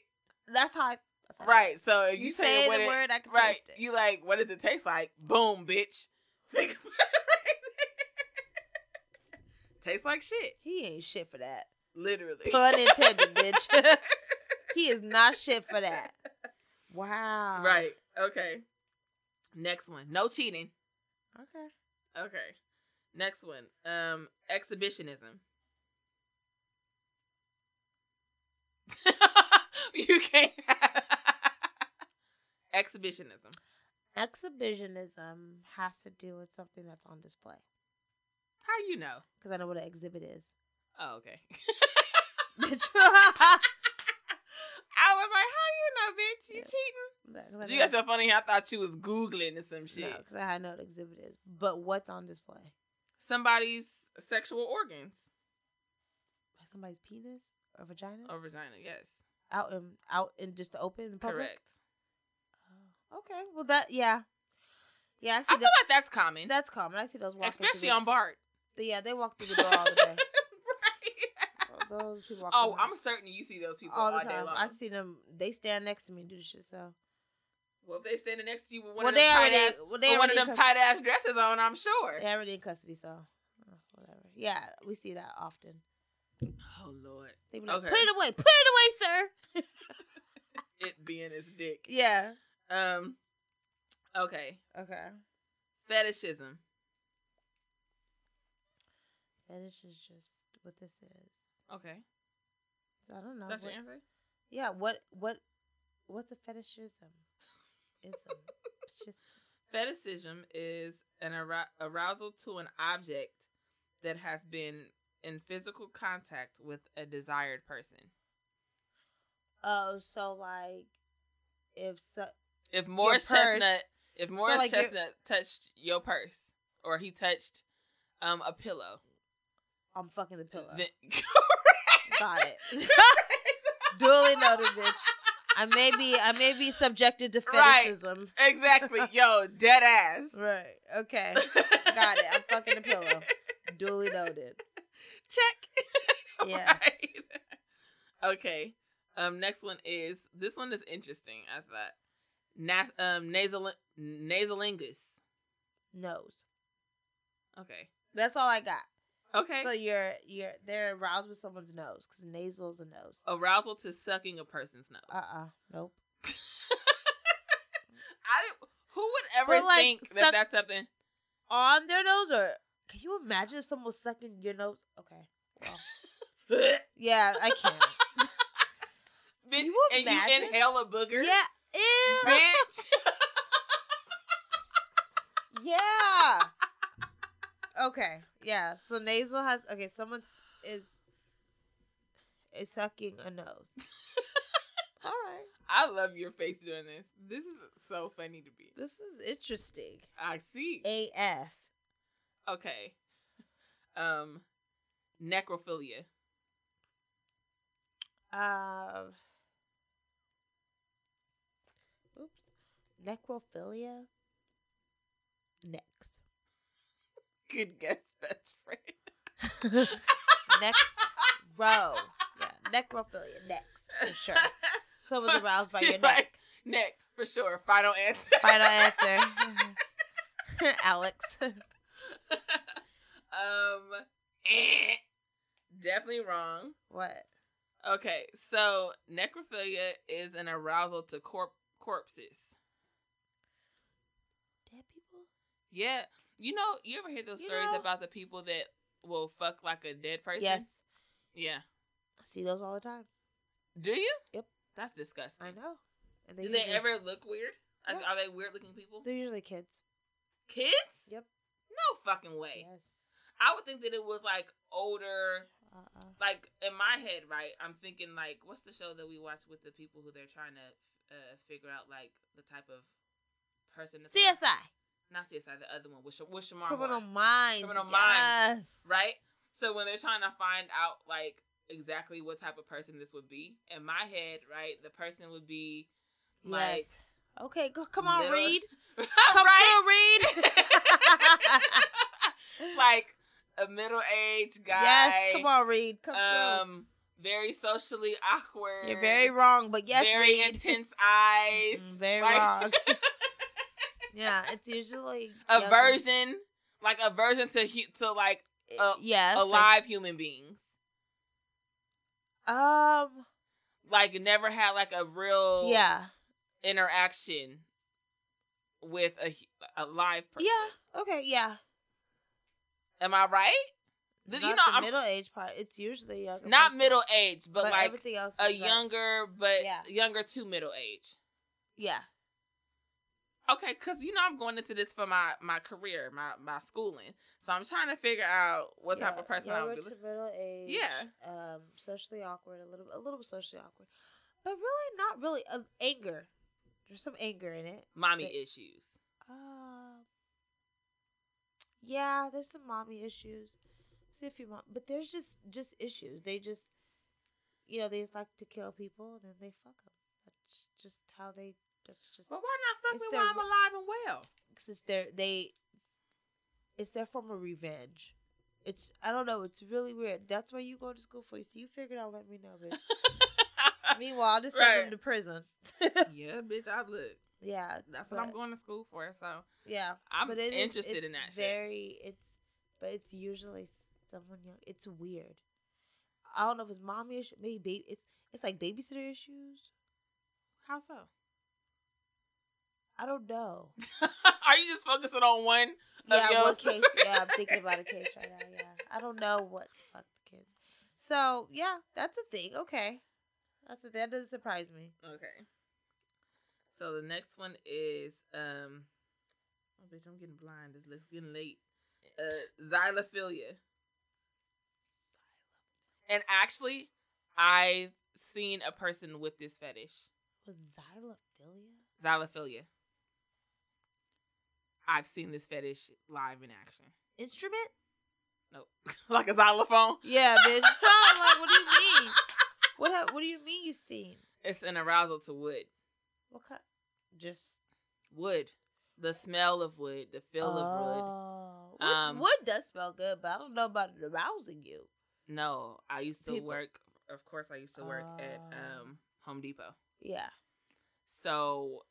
That's how. I, that's how I- right? So if you, You say say what the it, word, I can right, taste it. you like what does it taste like? Boom, bitch. <laughs> Think about it. Tastes like shit. He ain't shit for <laughs> that. Literally. Pun intended, <laughs> bitch. he is not shit for that. Wow. Right. Okay. Next one. No cheating. Okay. Okay. Next one. Um, exhibitionism. <laughs> you can't. <laughs> exhibitionism. Exhibitionism has to do with something that's on display How you know? because I know what an exhibit is. <laughs> Oh, okay. <laughs> bitch. I was like, how <laughs> you know, bitch? You Yeah. cheating? Because You got your funny. I thought you was googling or some shit. because I know what exhibit is. But what's on display? Somebody's sexual organs Like somebody's penis or vagina or vagina. Yes, out in out in just the open in public. correct. Oh, okay. Well, that yeah, yeah. I see I feel that, like that's common, that's common. I see those walking through especially the- on Bart. yeah, they walk through the door all the day. <laughs> right. Oh, those people walk Oh, through I'm certain you see those people all, all the day time. long. I see them. They stand next to me and do shit. So well, if they standing next to you with one well, of them they tight already ass, well, they with one already of in them cus- tight ass dresses on, I'm sure. they already in custody. So uh, whatever. Yeah, we see that often. Oh Lord, They be like, Okay. put it away, put it away, sir. it being his dick. Yeah. Um, okay, Okay. fetishism. Fetish is just what this is. Okay, So I don't know. that's what- your answer. Yeah. What? What? What's a fetishism? Ism. It's just Fetishism is an arou- arousal to an object that has been in physical contact with a desired person. Oh, so like, if so, If Morris purse. Chestnut, if Morris like, your- Chestnut touched your purse or he touched um a pillow, I'm fucking the pillow. then Got it. Duly noted, bitch. I may be, I may <laughs> be subjected to Right. fetishism. exactly, yo, dead ass. Right. Okay. Got it. I'm fucking the <laughs> pillow. Duly noted. Check. Yeah. Right. Okay. Um. Next one is this one is interesting. I thought. Nas- um. Nasal nasolingus. Nose. Okay. That's all I got. Okay. So you're you're they're aroused with someone's nose because nasal is a nose. Arousal to sucking a person's nose. Uh uh Nope. I didn't, who would ever But, like, think that suck- that's something? <laughs> On their nose or can you imagine if someone was sucking your nose? Okay. Yeah, I <laughs> can't. Bitch, you and imagine? you inhale a booger. yeah. Ew. <laughs> Bitch. Yeah. Okay. Yeah. So nasal has okay, someone s- is is sucking a nose. <laughs> All right. I love your face doing this. This is so funny to be. This is interesting. I see. Eh. AF. Okay. Um, necrophilia. Um, oops. Necrophilia. Necks. Good guess, best friend. <laughs> <laughs> Necro. Yeah, necrophilia. Necks, for sure. Someone's aroused <laughs> by your neck. Neck, for sure. Final answer. Final <laughs> answer. Alex. <laughs> <laughs> um, eh. definitely wrong. What? Okay, so necrophilia is an arousal to corp- corpses. Dead people? Yeah, you know, you ever hear those You stories know- about the people that will fuck like a dead person? Yes. Yeah. I see those all the time. Do you? Yep. That's disgusting. I know. And Do they usually- ever look weird? Are- Yeah. Are they weird looking people? They're usually kids. Kids? Yep. No fucking way. Yes. I would think that it was like older. Uh-uh. Like in my head, right? I'm thinking like, what's the show that we watch with the people who they're trying to uh, figure out like the type of person? that they- CSI. Not CSI. The other one with Sha- with Shamar. Criminal Moore. Minds. Criminal yes. Minds, right? So when they're trying to find out like exactly what type of person this would be, in my head, right, the person <gasps> would be Yes. like, Okay, go, come on, little- <laughs> Reed. Come right? through, <laughs> Reed. like a middle-aged guy. Yes, come on, Reed. Come Um, very socially awkward. through. You're very wrong, but yes, very Reed. intense eyes. Mm, very like, <laughs> wrong. yeah, it's usually younger- aversion, like aversion to hu- to like uh, yes, that's- alive human beings. Um, Like never had like a real yeah, interaction with a hu- a live person. yeah. Okay, yeah. Am I right? Th- Not you know, the I'm- middle age part. It's usually younger. Not person, middle age, but, like everything else. a is right. younger, but Yeah. younger to middle age. Yeah. Okay, cause you know I'm going into this for my my career, my my schooling. So I'm trying to figure out what type Yeah, of person I would be. younger to middle age. Yeah. Um, socially awkward, a little, a little bit socially awkward, but really not really. Uh, anger. There's some anger in it. Mommy But- issues. Um, yeah, there's some mommy issues. See if you want, but there's just just issues. They just, you know, they just like to kill people and then they fuck them. That's just how they. That's just But why not fuck It's me their- while I'm alive and well? since they're they. It's their form of revenge. It's I don't know. It's really weird. That's why you go to school for. So you figure it out. Let me know, <laughs> bitch. Meanwhile, I'll just send Right. them to prison. <laughs> <laughs> yeah, bitch. I look. yeah, That's what I'm but- going to school for. So Yeah. I'm but it is- interested it's in that shit. very, It's but it's usually someone young. It's weird. I don't know if it's mommy issue, maybe baby. It's it's like babysitter issues. How so? <laughs> I don't know. Are you just focusing on one? Of Yeah, one yours. case. Yeah, I'm thinking about a case right now. Yeah, I don't know what the fuck the kids. So yeah, that's a thing. Okay, that's a, that doesn't surprise me. Okay. So the next one is um. Oh, bitch, I'm getting blind. It's, it's getting late. Uh, xylophilia. And actually, I've seen a person with this fetish, Was xylophilia? xylophilia. I've seen this fetish live in action. <laughs> Instrument? Nope. like a xylophone. Yeah, <laughs> bitch. I'm like, what do you mean? What ha- What do you mean you seen? It's an arousal to wood. What kind? Just Wood. The smell of wood, the feel of wood. oh. Wood, Um, wood does smell good, but I don't know about it arousing you. No, I used to People- work. Of course, I used to work at Oh. um, Home Depot. Yeah. So,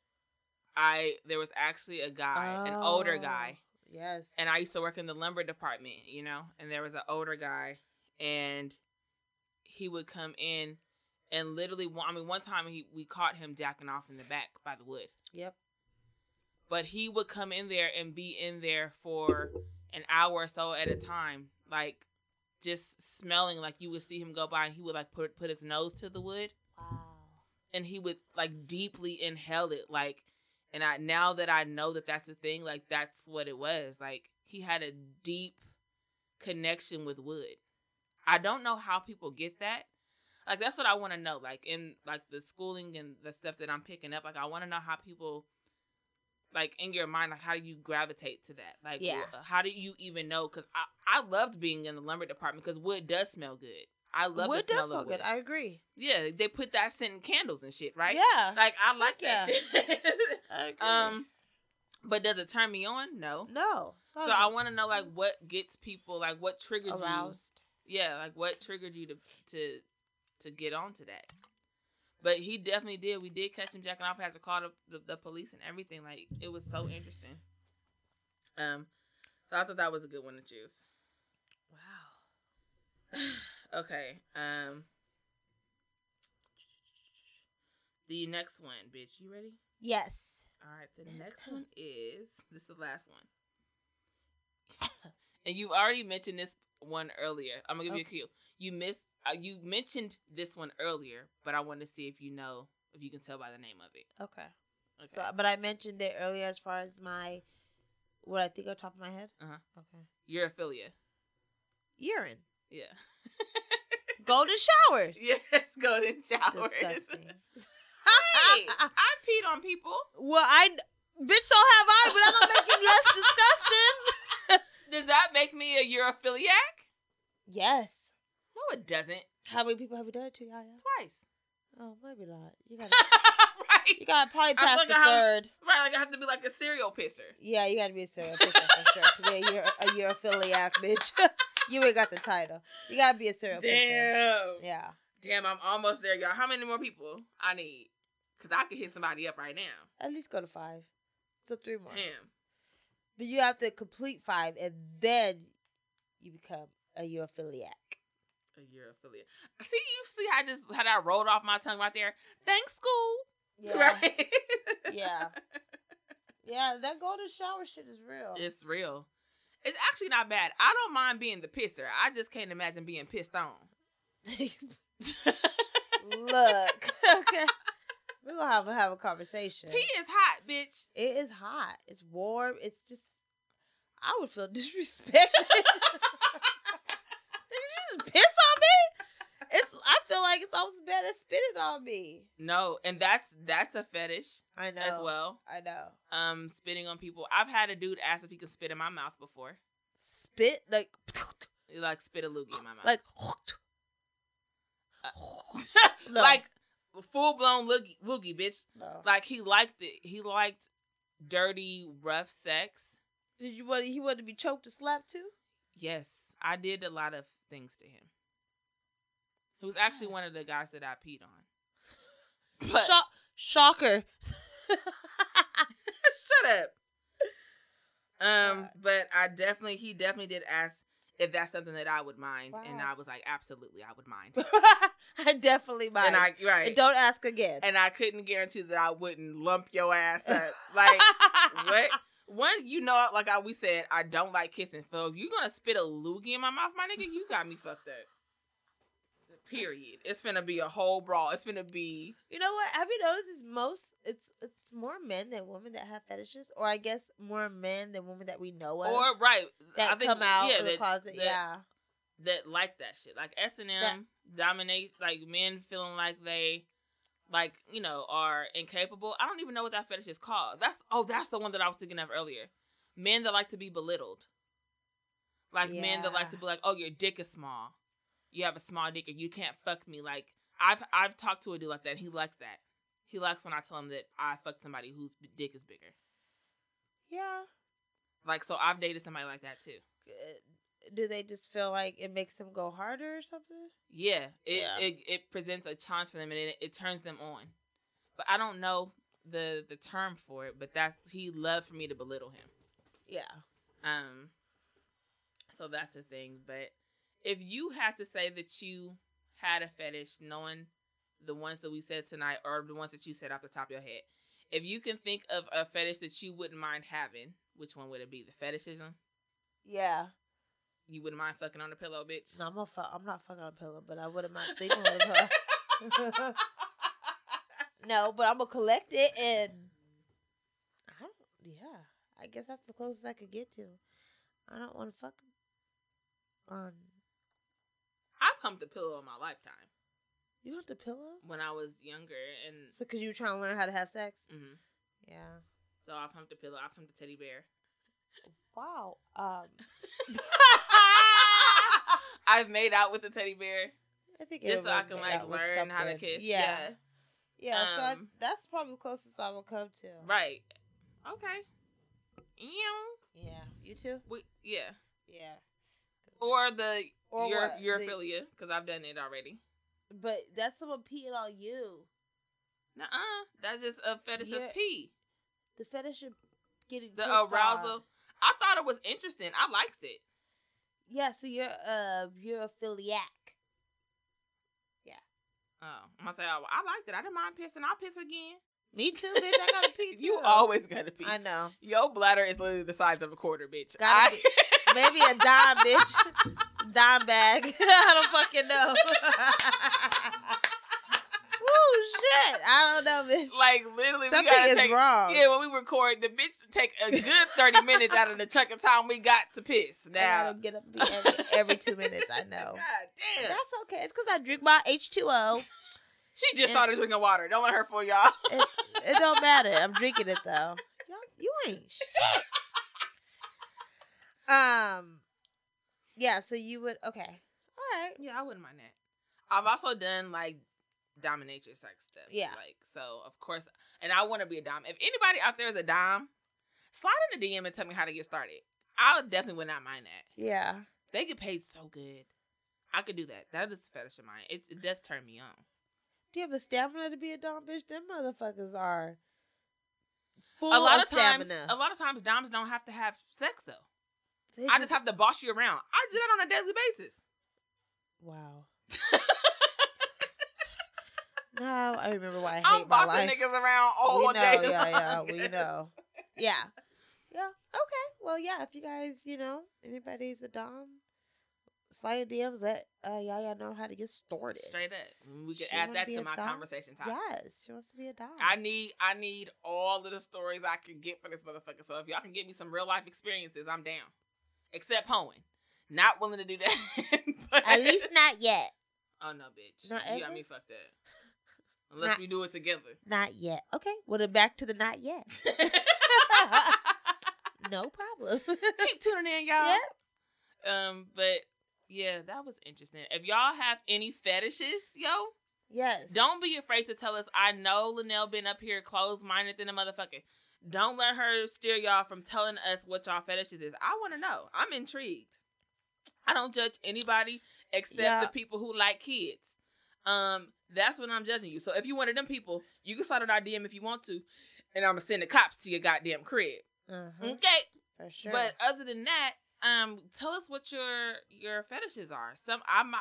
I there was actually a guy, an older Oh, guy, Yes. and I used to work in the lumber department, you know, and there was an older guy, and he would come in and literally, wa- I mean, one time he we caught him jacking off in the back by the wood, Yep. but he would come in there and be in there for an hour or so at a time, like just smelling, like you would see him go by, and he would like put put his nose to the wood, Wow. and he would like deeply inhale it like and i now that i know that that's the thing like that's what it was like he had a deep connection with wood i don't know how people get that like that's what i want to know like in like the schooling and the stuff that i'm picking up like i want to know how people like in your mind like how do you gravitate to that like Yeah. wh- how do you even know because I, I loved being in the lumber department because wood does smell good i love wood the smell does smell of good. wood. I agree. Yeah, they put that scent in candles and shit, right? Yeah. Like I like yeah. that shit. I agree. um, but does it turn me on? No. no. So I want to know like what gets people like what triggered Oh. aroused. you? Yeah, like what triggered you to to to get onto that? But he definitely did. We did catch him jacking off. Had to call the, the, the police and everything. Like it was so interesting. Um, so I thought that was a good one to choose. Wow. Okay. Um. The next one, bitch. You ready? Yes. All right. The next one is this. Is the last one. <coughs> and you've already mentioned this one earlier. I'm gonna give you a cue. You missed. Uh, you mentioned this one earlier, but I want to see if you know if you can tell by the name of it. Okay. Okay. So, but I mentioned it earlier as far as my what I think on top of my head. Uh-huh. Okay. Urophilia. Urine. Yeah. <laughs> Golden showers. Yes. Golden showers. Disgusting. <laughs> hey, I peed on people. <laughs> well, I bitch, so have I, but I don't make it less disgusting. Does that make me a urophiliac? Yes. No, it doesn't. How many people have we done it to, Yaya? Twice. Oh, maybe not. You <laughs> got you right. got probably past the forgot how- third. Right. Like I have to be like a serial pisser. Yeah, you gotta be a serial pisser for sure to be a year a year affiliate, bitch. <laughs> you ain't got the title. You gotta be a serial pisser. Damn. Yeah. Damn. I'm almost there, y'all. How many more people I need? Cause I could hit somebody up right now. At least go to five. So three more. Damn. But you have to complete five and then you become a urophiliac. A urophilia. See, you see how I just how that rolled off my tongue right there. Thanks, school. <laughs> Right. <laughs> yeah. Yeah, that golden shower shit is real. it's real. It's actually not bad. I don't mind being the pisser. I just can't imagine being pissed on. <laughs> <laughs> Look. <laughs> Okay. We're gonna have, have a conversation. Pee is hot, bitch. It is hot. It's warm. It's just I would feel <laughs> disrespected. Did you just piss on me? It's I feel like it's almost as bad as spitting on me. No, and that's that's a fetish I know. as well. I know. um spitting on people. I've had a dude ask if he can spit in my mouth before. Spit like He, Like spit a loogie in my mouth. <laughs> like Uh, No. like full blown loogie loogie, bitch. no. Like he liked it. He liked dirty, rough sex. Did you want he wanted to be choked and slapped too? Yes. I did a lot of things to him. He was actually one of the guys that I peed on. <laughs> But Shock, <laughs> shocker. <laughs> shut up. Um, God. but I definitely he definitely did ask if that's something that I would mind. And Wow. I was like, absolutely I <laughs> would mind. I definitely might. And I right. And don't ask again. and I couldn't guarantee that I wouldn't lump your ass up. <laughs> Like what? One, you know, like I, we said, I don't like kissing. So if you're gonna spit a loogie in my mouth, my nigga, you got me fucked up. Period. It's gonna be a whole brawl. It's gonna be You know what? Have you noticed it's most it's it's more men than women that have fetishes, or I guess more men than women that we know of or right that I think- come out yeah, of the that- closet. that- yeah, that like that shit. Like S and M That- dominate like men feeling like they like, you know, are incapable. I don't even know what that fetish is called. That's oh, that's the one that I was thinking of earlier. Men that like to be belittled. Like men that like to Yeah. be like, Oh, your dick is small. You have a small dick or you can't fuck me. Like I've I've talked to a dude like that and he likes that. He likes when I tell him that I fucked somebody whose dick is bigger. Yeah. Like so I've dated somebody like that too. Do they just feel like it makes them go harder or something? Yeah, it, Yeah. it it presents a challenge for them and it, it turns them on. But I don't know the the term for it, but that's he loved for me to belittle him. Yeah. Um so that's a thing, but if you had to say that you had a fetish knowing the ones that we said tonight or the ones that you said off the top of your head, if you can think of a fetish that you wouldn't mind having, which one would it be? The fetishism? Yeah. You wouldn't mind fucking on the pillow, bitch? <laughs> No, I'm a fu- I'm not fucking on a pillow, but I wouldn't mind sleeping on a <laughs> pillow. <laughs> no, but I'm gonna collect it and I don't. Yeah, I guess that's the closest I could get to. I don't want to fuck on. I've humped a pillow in my lifetime You want the pillow? when I was younger and So, cause you were trying to learn how to have sex? hmm Yeah. So I've humped a pillow. I've humped a <laughs> teddy bear. Wow. Um, I've made out with a teddy bear I think just so I everyone's can made like out with learn how to something. kiss. Yeah. Yeah. Yeah. so I, Um, that's probably the closest I will come to. Right. Okay. Yeah. Yeah. You too? We, yeah. Yeah. Or the Or your what? your The- philia because I've done it already. But that's someone peeing on you. Nuh uh. That's just a fetish Yeah. of pee. The fetish of getting The pissed on. arousal. I thought it was interesting. I liked it. Yeah, so you're uh you're a philiac. Oh, I'm gonna say oh, I liked it. I didn't mind pissing. I'll piss again. Me too, bitch. I gotta pee too. <laughs> You always gotta pee. I know. Your bladder is literally the size of a quarter, bitch. Gotta I- be- Maybe a dime, bitch. Dime bag. <laughs> I don't fucking <laughs> know. Woo, shit. I don't know, bitch. <laughs> like literally, we Something gotta is take. wrong. Yeah, when we record, the bitch take a good thirty minutes out of the chunk of time we got <laughs> to piss. I Now, gotta get up and pee every, every two minutes. I know. <laughs> God damn, That's okay. It's because I drink my H2O. she just and- started drinking water. Don't let her fool y'all. <laughs> It, it don't matter. I'm drinking it though. Y'all, you ain't shit. Um, yeah. So you would okay. All right. Yeah, I wouldn't mind that. I've also done like dominatrix like stuff. Yeah. like so of course, and I want to be a dom. If anybody out there is a dom, slide in the DM and tell me how to get started. I definitely would not mind that. Yeah. They get paid so good. I could do that. That is a fetish of mine. It, it does turn me on. Do you have the stamina to be a dumb bitch? Them motherfuckers are full a lot of, stamina. times, a lot of times, doms don't have to have sex though. They I just have to boss you around. I do that on a daily basis. <laughs> <laughs> wow. now I remember why I hate I'm my bossing life. niggas around all we know, day. yeah, yeah, <laughs> long. we know. Yeah. Yeah. Okay. Well, yeah, if you guys, you know, anybody's a Dom, slide your DMs, let uh, y'all, y'all know how to get started. Straight up, we could She add wanna that be to a my dom? conversation topic. Yes, she wants to be a Dom. I need I need all of the stories I can get for this motherfucker. So if y'all can get me some real life experiences, I'm down. Except hoeing. Not willing to do that. <laughs> But- At least not yet. Oh no, bitch. Not you got ever? me fucked up. <laughs> Unless Not- we do <laughs> it together. <laughs> Not yet. Okay. Well, then back to the not yet. no problem. <laughs> Keep tuning in, y'all. Um, but yeah, that was interesting. If y'all have any fetishes, yo, Yes. don't be afraid to tell us. I know Linnell been up here closed minded than a motherfucker. Don't let her steer y'all from telling us what y'all fetishes is. I want to know. I'm intrigued. I don't judge anybody except Yeah. the people who like kids. Um, that's when I'm judging you. So if you one of them people, you can start on our DM if you want to, and I'm gonna send the cops to your goddamn crib. Uh-huh, Okay. for sure. Mm, But other than that, um, tell us what your your fetishes are. Some I'm I,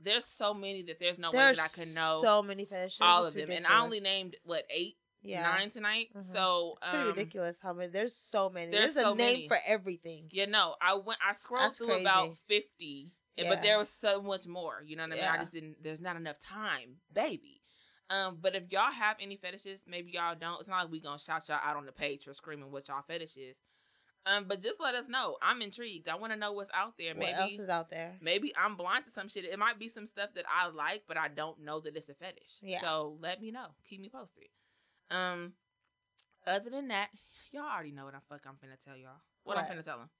there's so many that there's no way there's that I could know so many fetishes. all of It's them, and I only ridiculous. named what eight, yeah. nine tonight. Mhm. So It's pretty um, ridiculous how many. There's so many. there's There's, so a name many. for everything. yeah, no, I went I scrolled That's through about crazy. fifty, and- Yeah. but there was so much more. You know what I mean? I Yeah. just didn't. There's not enough time, baby. Um, but if y'all have any fetishes, maybe y'all don't. It's not like we gonna shout y'all out on the page for screaming what y'all fetish is. Um, but just let us know. I'm intrigued. I want to know what's out there. What else Maybe is out there? maybe I'm blind to some shit. It might be some stuff that I like, but I don't know that it's a fetish. Yeah. So let me know. Keep me posted. Um, other than that, y'all already know what I'm fuck. I'm finna tell y'all what, I'm What? finna tell them.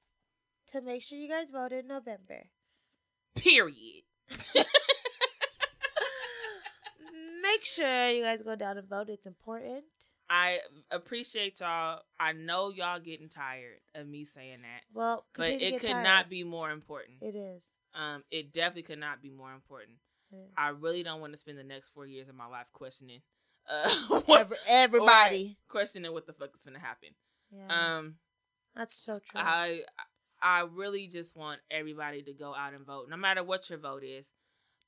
To make sure you guys vote in November. Period. make sure you guys go down and vote. It's important. I appreciate y'all. I know y'all getting tired of me saying that, Well, but continue to it get could tired. not be more important. It is. um, it definitely could not be more important. It is. I really don't want to spend the next four years of my life questioning, uh, <laughs> what, Every- everybody. questioning what the fuck is gonna happen. Yeah, Um, that's so true. I uh, I really just want everybody to go out and vote, no matter what your vote is.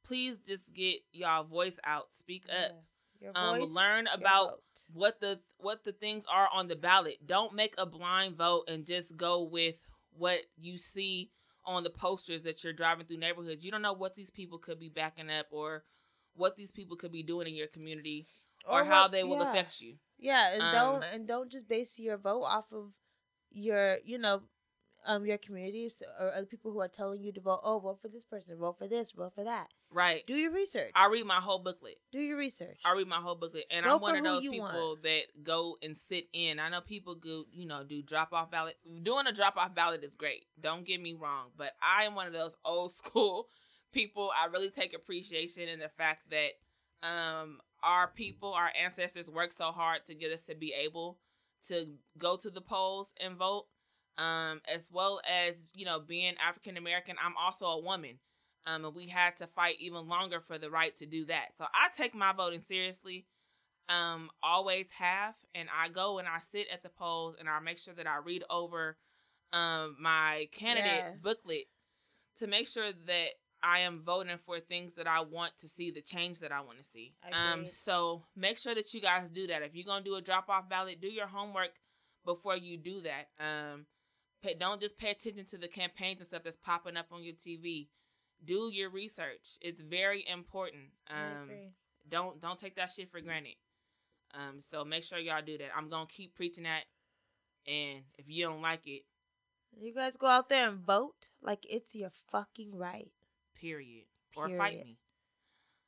Please just get y'all voice out, speak up, Yes. Your um, voice, learn your about vote. what the what the things are on the ballot. Don't make a blind vote and just go with what you see on the posters that you're driving through neighborhoods. You don't know what these people could be backing up or what these people could be doing in your community or, how what- they will yeah. affect you. Yeah, and Um, don't and don't just base your vote off of your you know um your communities or other people who are telling you to vote. Oh, vote for this person, vote for this, vote for that. Right. Do your research. I read my whole booklet. Do your research. I read my whole booklet, and Go I'm one for of who those you people want. that go and sit in. I know people go, you know, do drop off ballots. Doing a drop off ballot is great. Don't get me wrong, but I am one of those <laughs> old school people. I really take appreciation in the fact that um, our people, our ancestors, worked so hard to get us to be able to go to the polls and vote. Um, as well as you know, being African American, I'm also a woman um, and we had to fight even longer for the right to do that. So I take my voting seriously, um, always have, and I go and I sit at the polls and I make sure that I read over um, my candidate Yes. booklet to make sure that I am voting for things that I want to see, the change that I want to see. Um, Agreed. so make sure that you guys do that. If you're gonna do a drop off ballot, do your homework before you do that. Um, pay, don't just pay attention to the campaigns and stuff that's popping up on your TV. Do your research. It's very important. I Um, agree. don't don't take that shit for granted. Um, so make sure y'all do that. I'm gonna keep preaching that, and if you don't like it, you guys go out there and vote like it's your fucking right. period, or fight Period. me.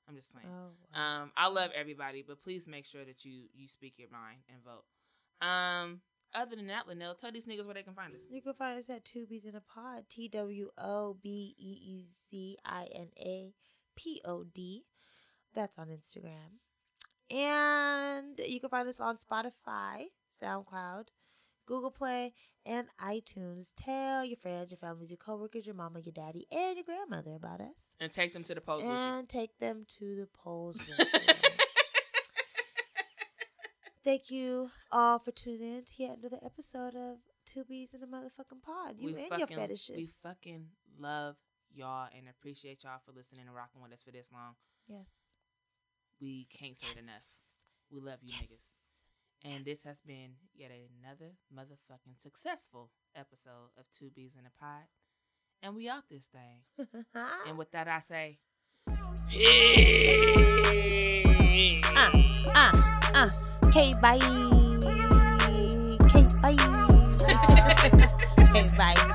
I'm just playing. Oh, wow. Um, I love everybody, but please make sure that you you speak your mind and vote. Um, other than that, Linnell, tell these niggas where they can find us. You can find us at Two B's in a Pod, T W O B E E Z I N A P O D. That's on Instagram. And you can find us on Spotify, SoundCloud, Google Play, and iTunes. Tell your friends, your families, your coworkers, your mama, your daddy, and your grandmother about us. And take them to the polls with you. And take them to the <laughs> polls. with you. Thank you all for tuning in to yet another episode of Two Bees in a Motherfucking Pod. You and your fetishes. We fucking love y'all and appreciate y'all for listening and rocking with us for this long. Yes. We can't say it enough. We love you niggas. And this has been yet another motherfucking successful episode of Two Bees in a Pod. And we out this thing. <laughs> And with that, I say, peace. uh, uh. K Uh. <laughs> bye. K bye. K bye.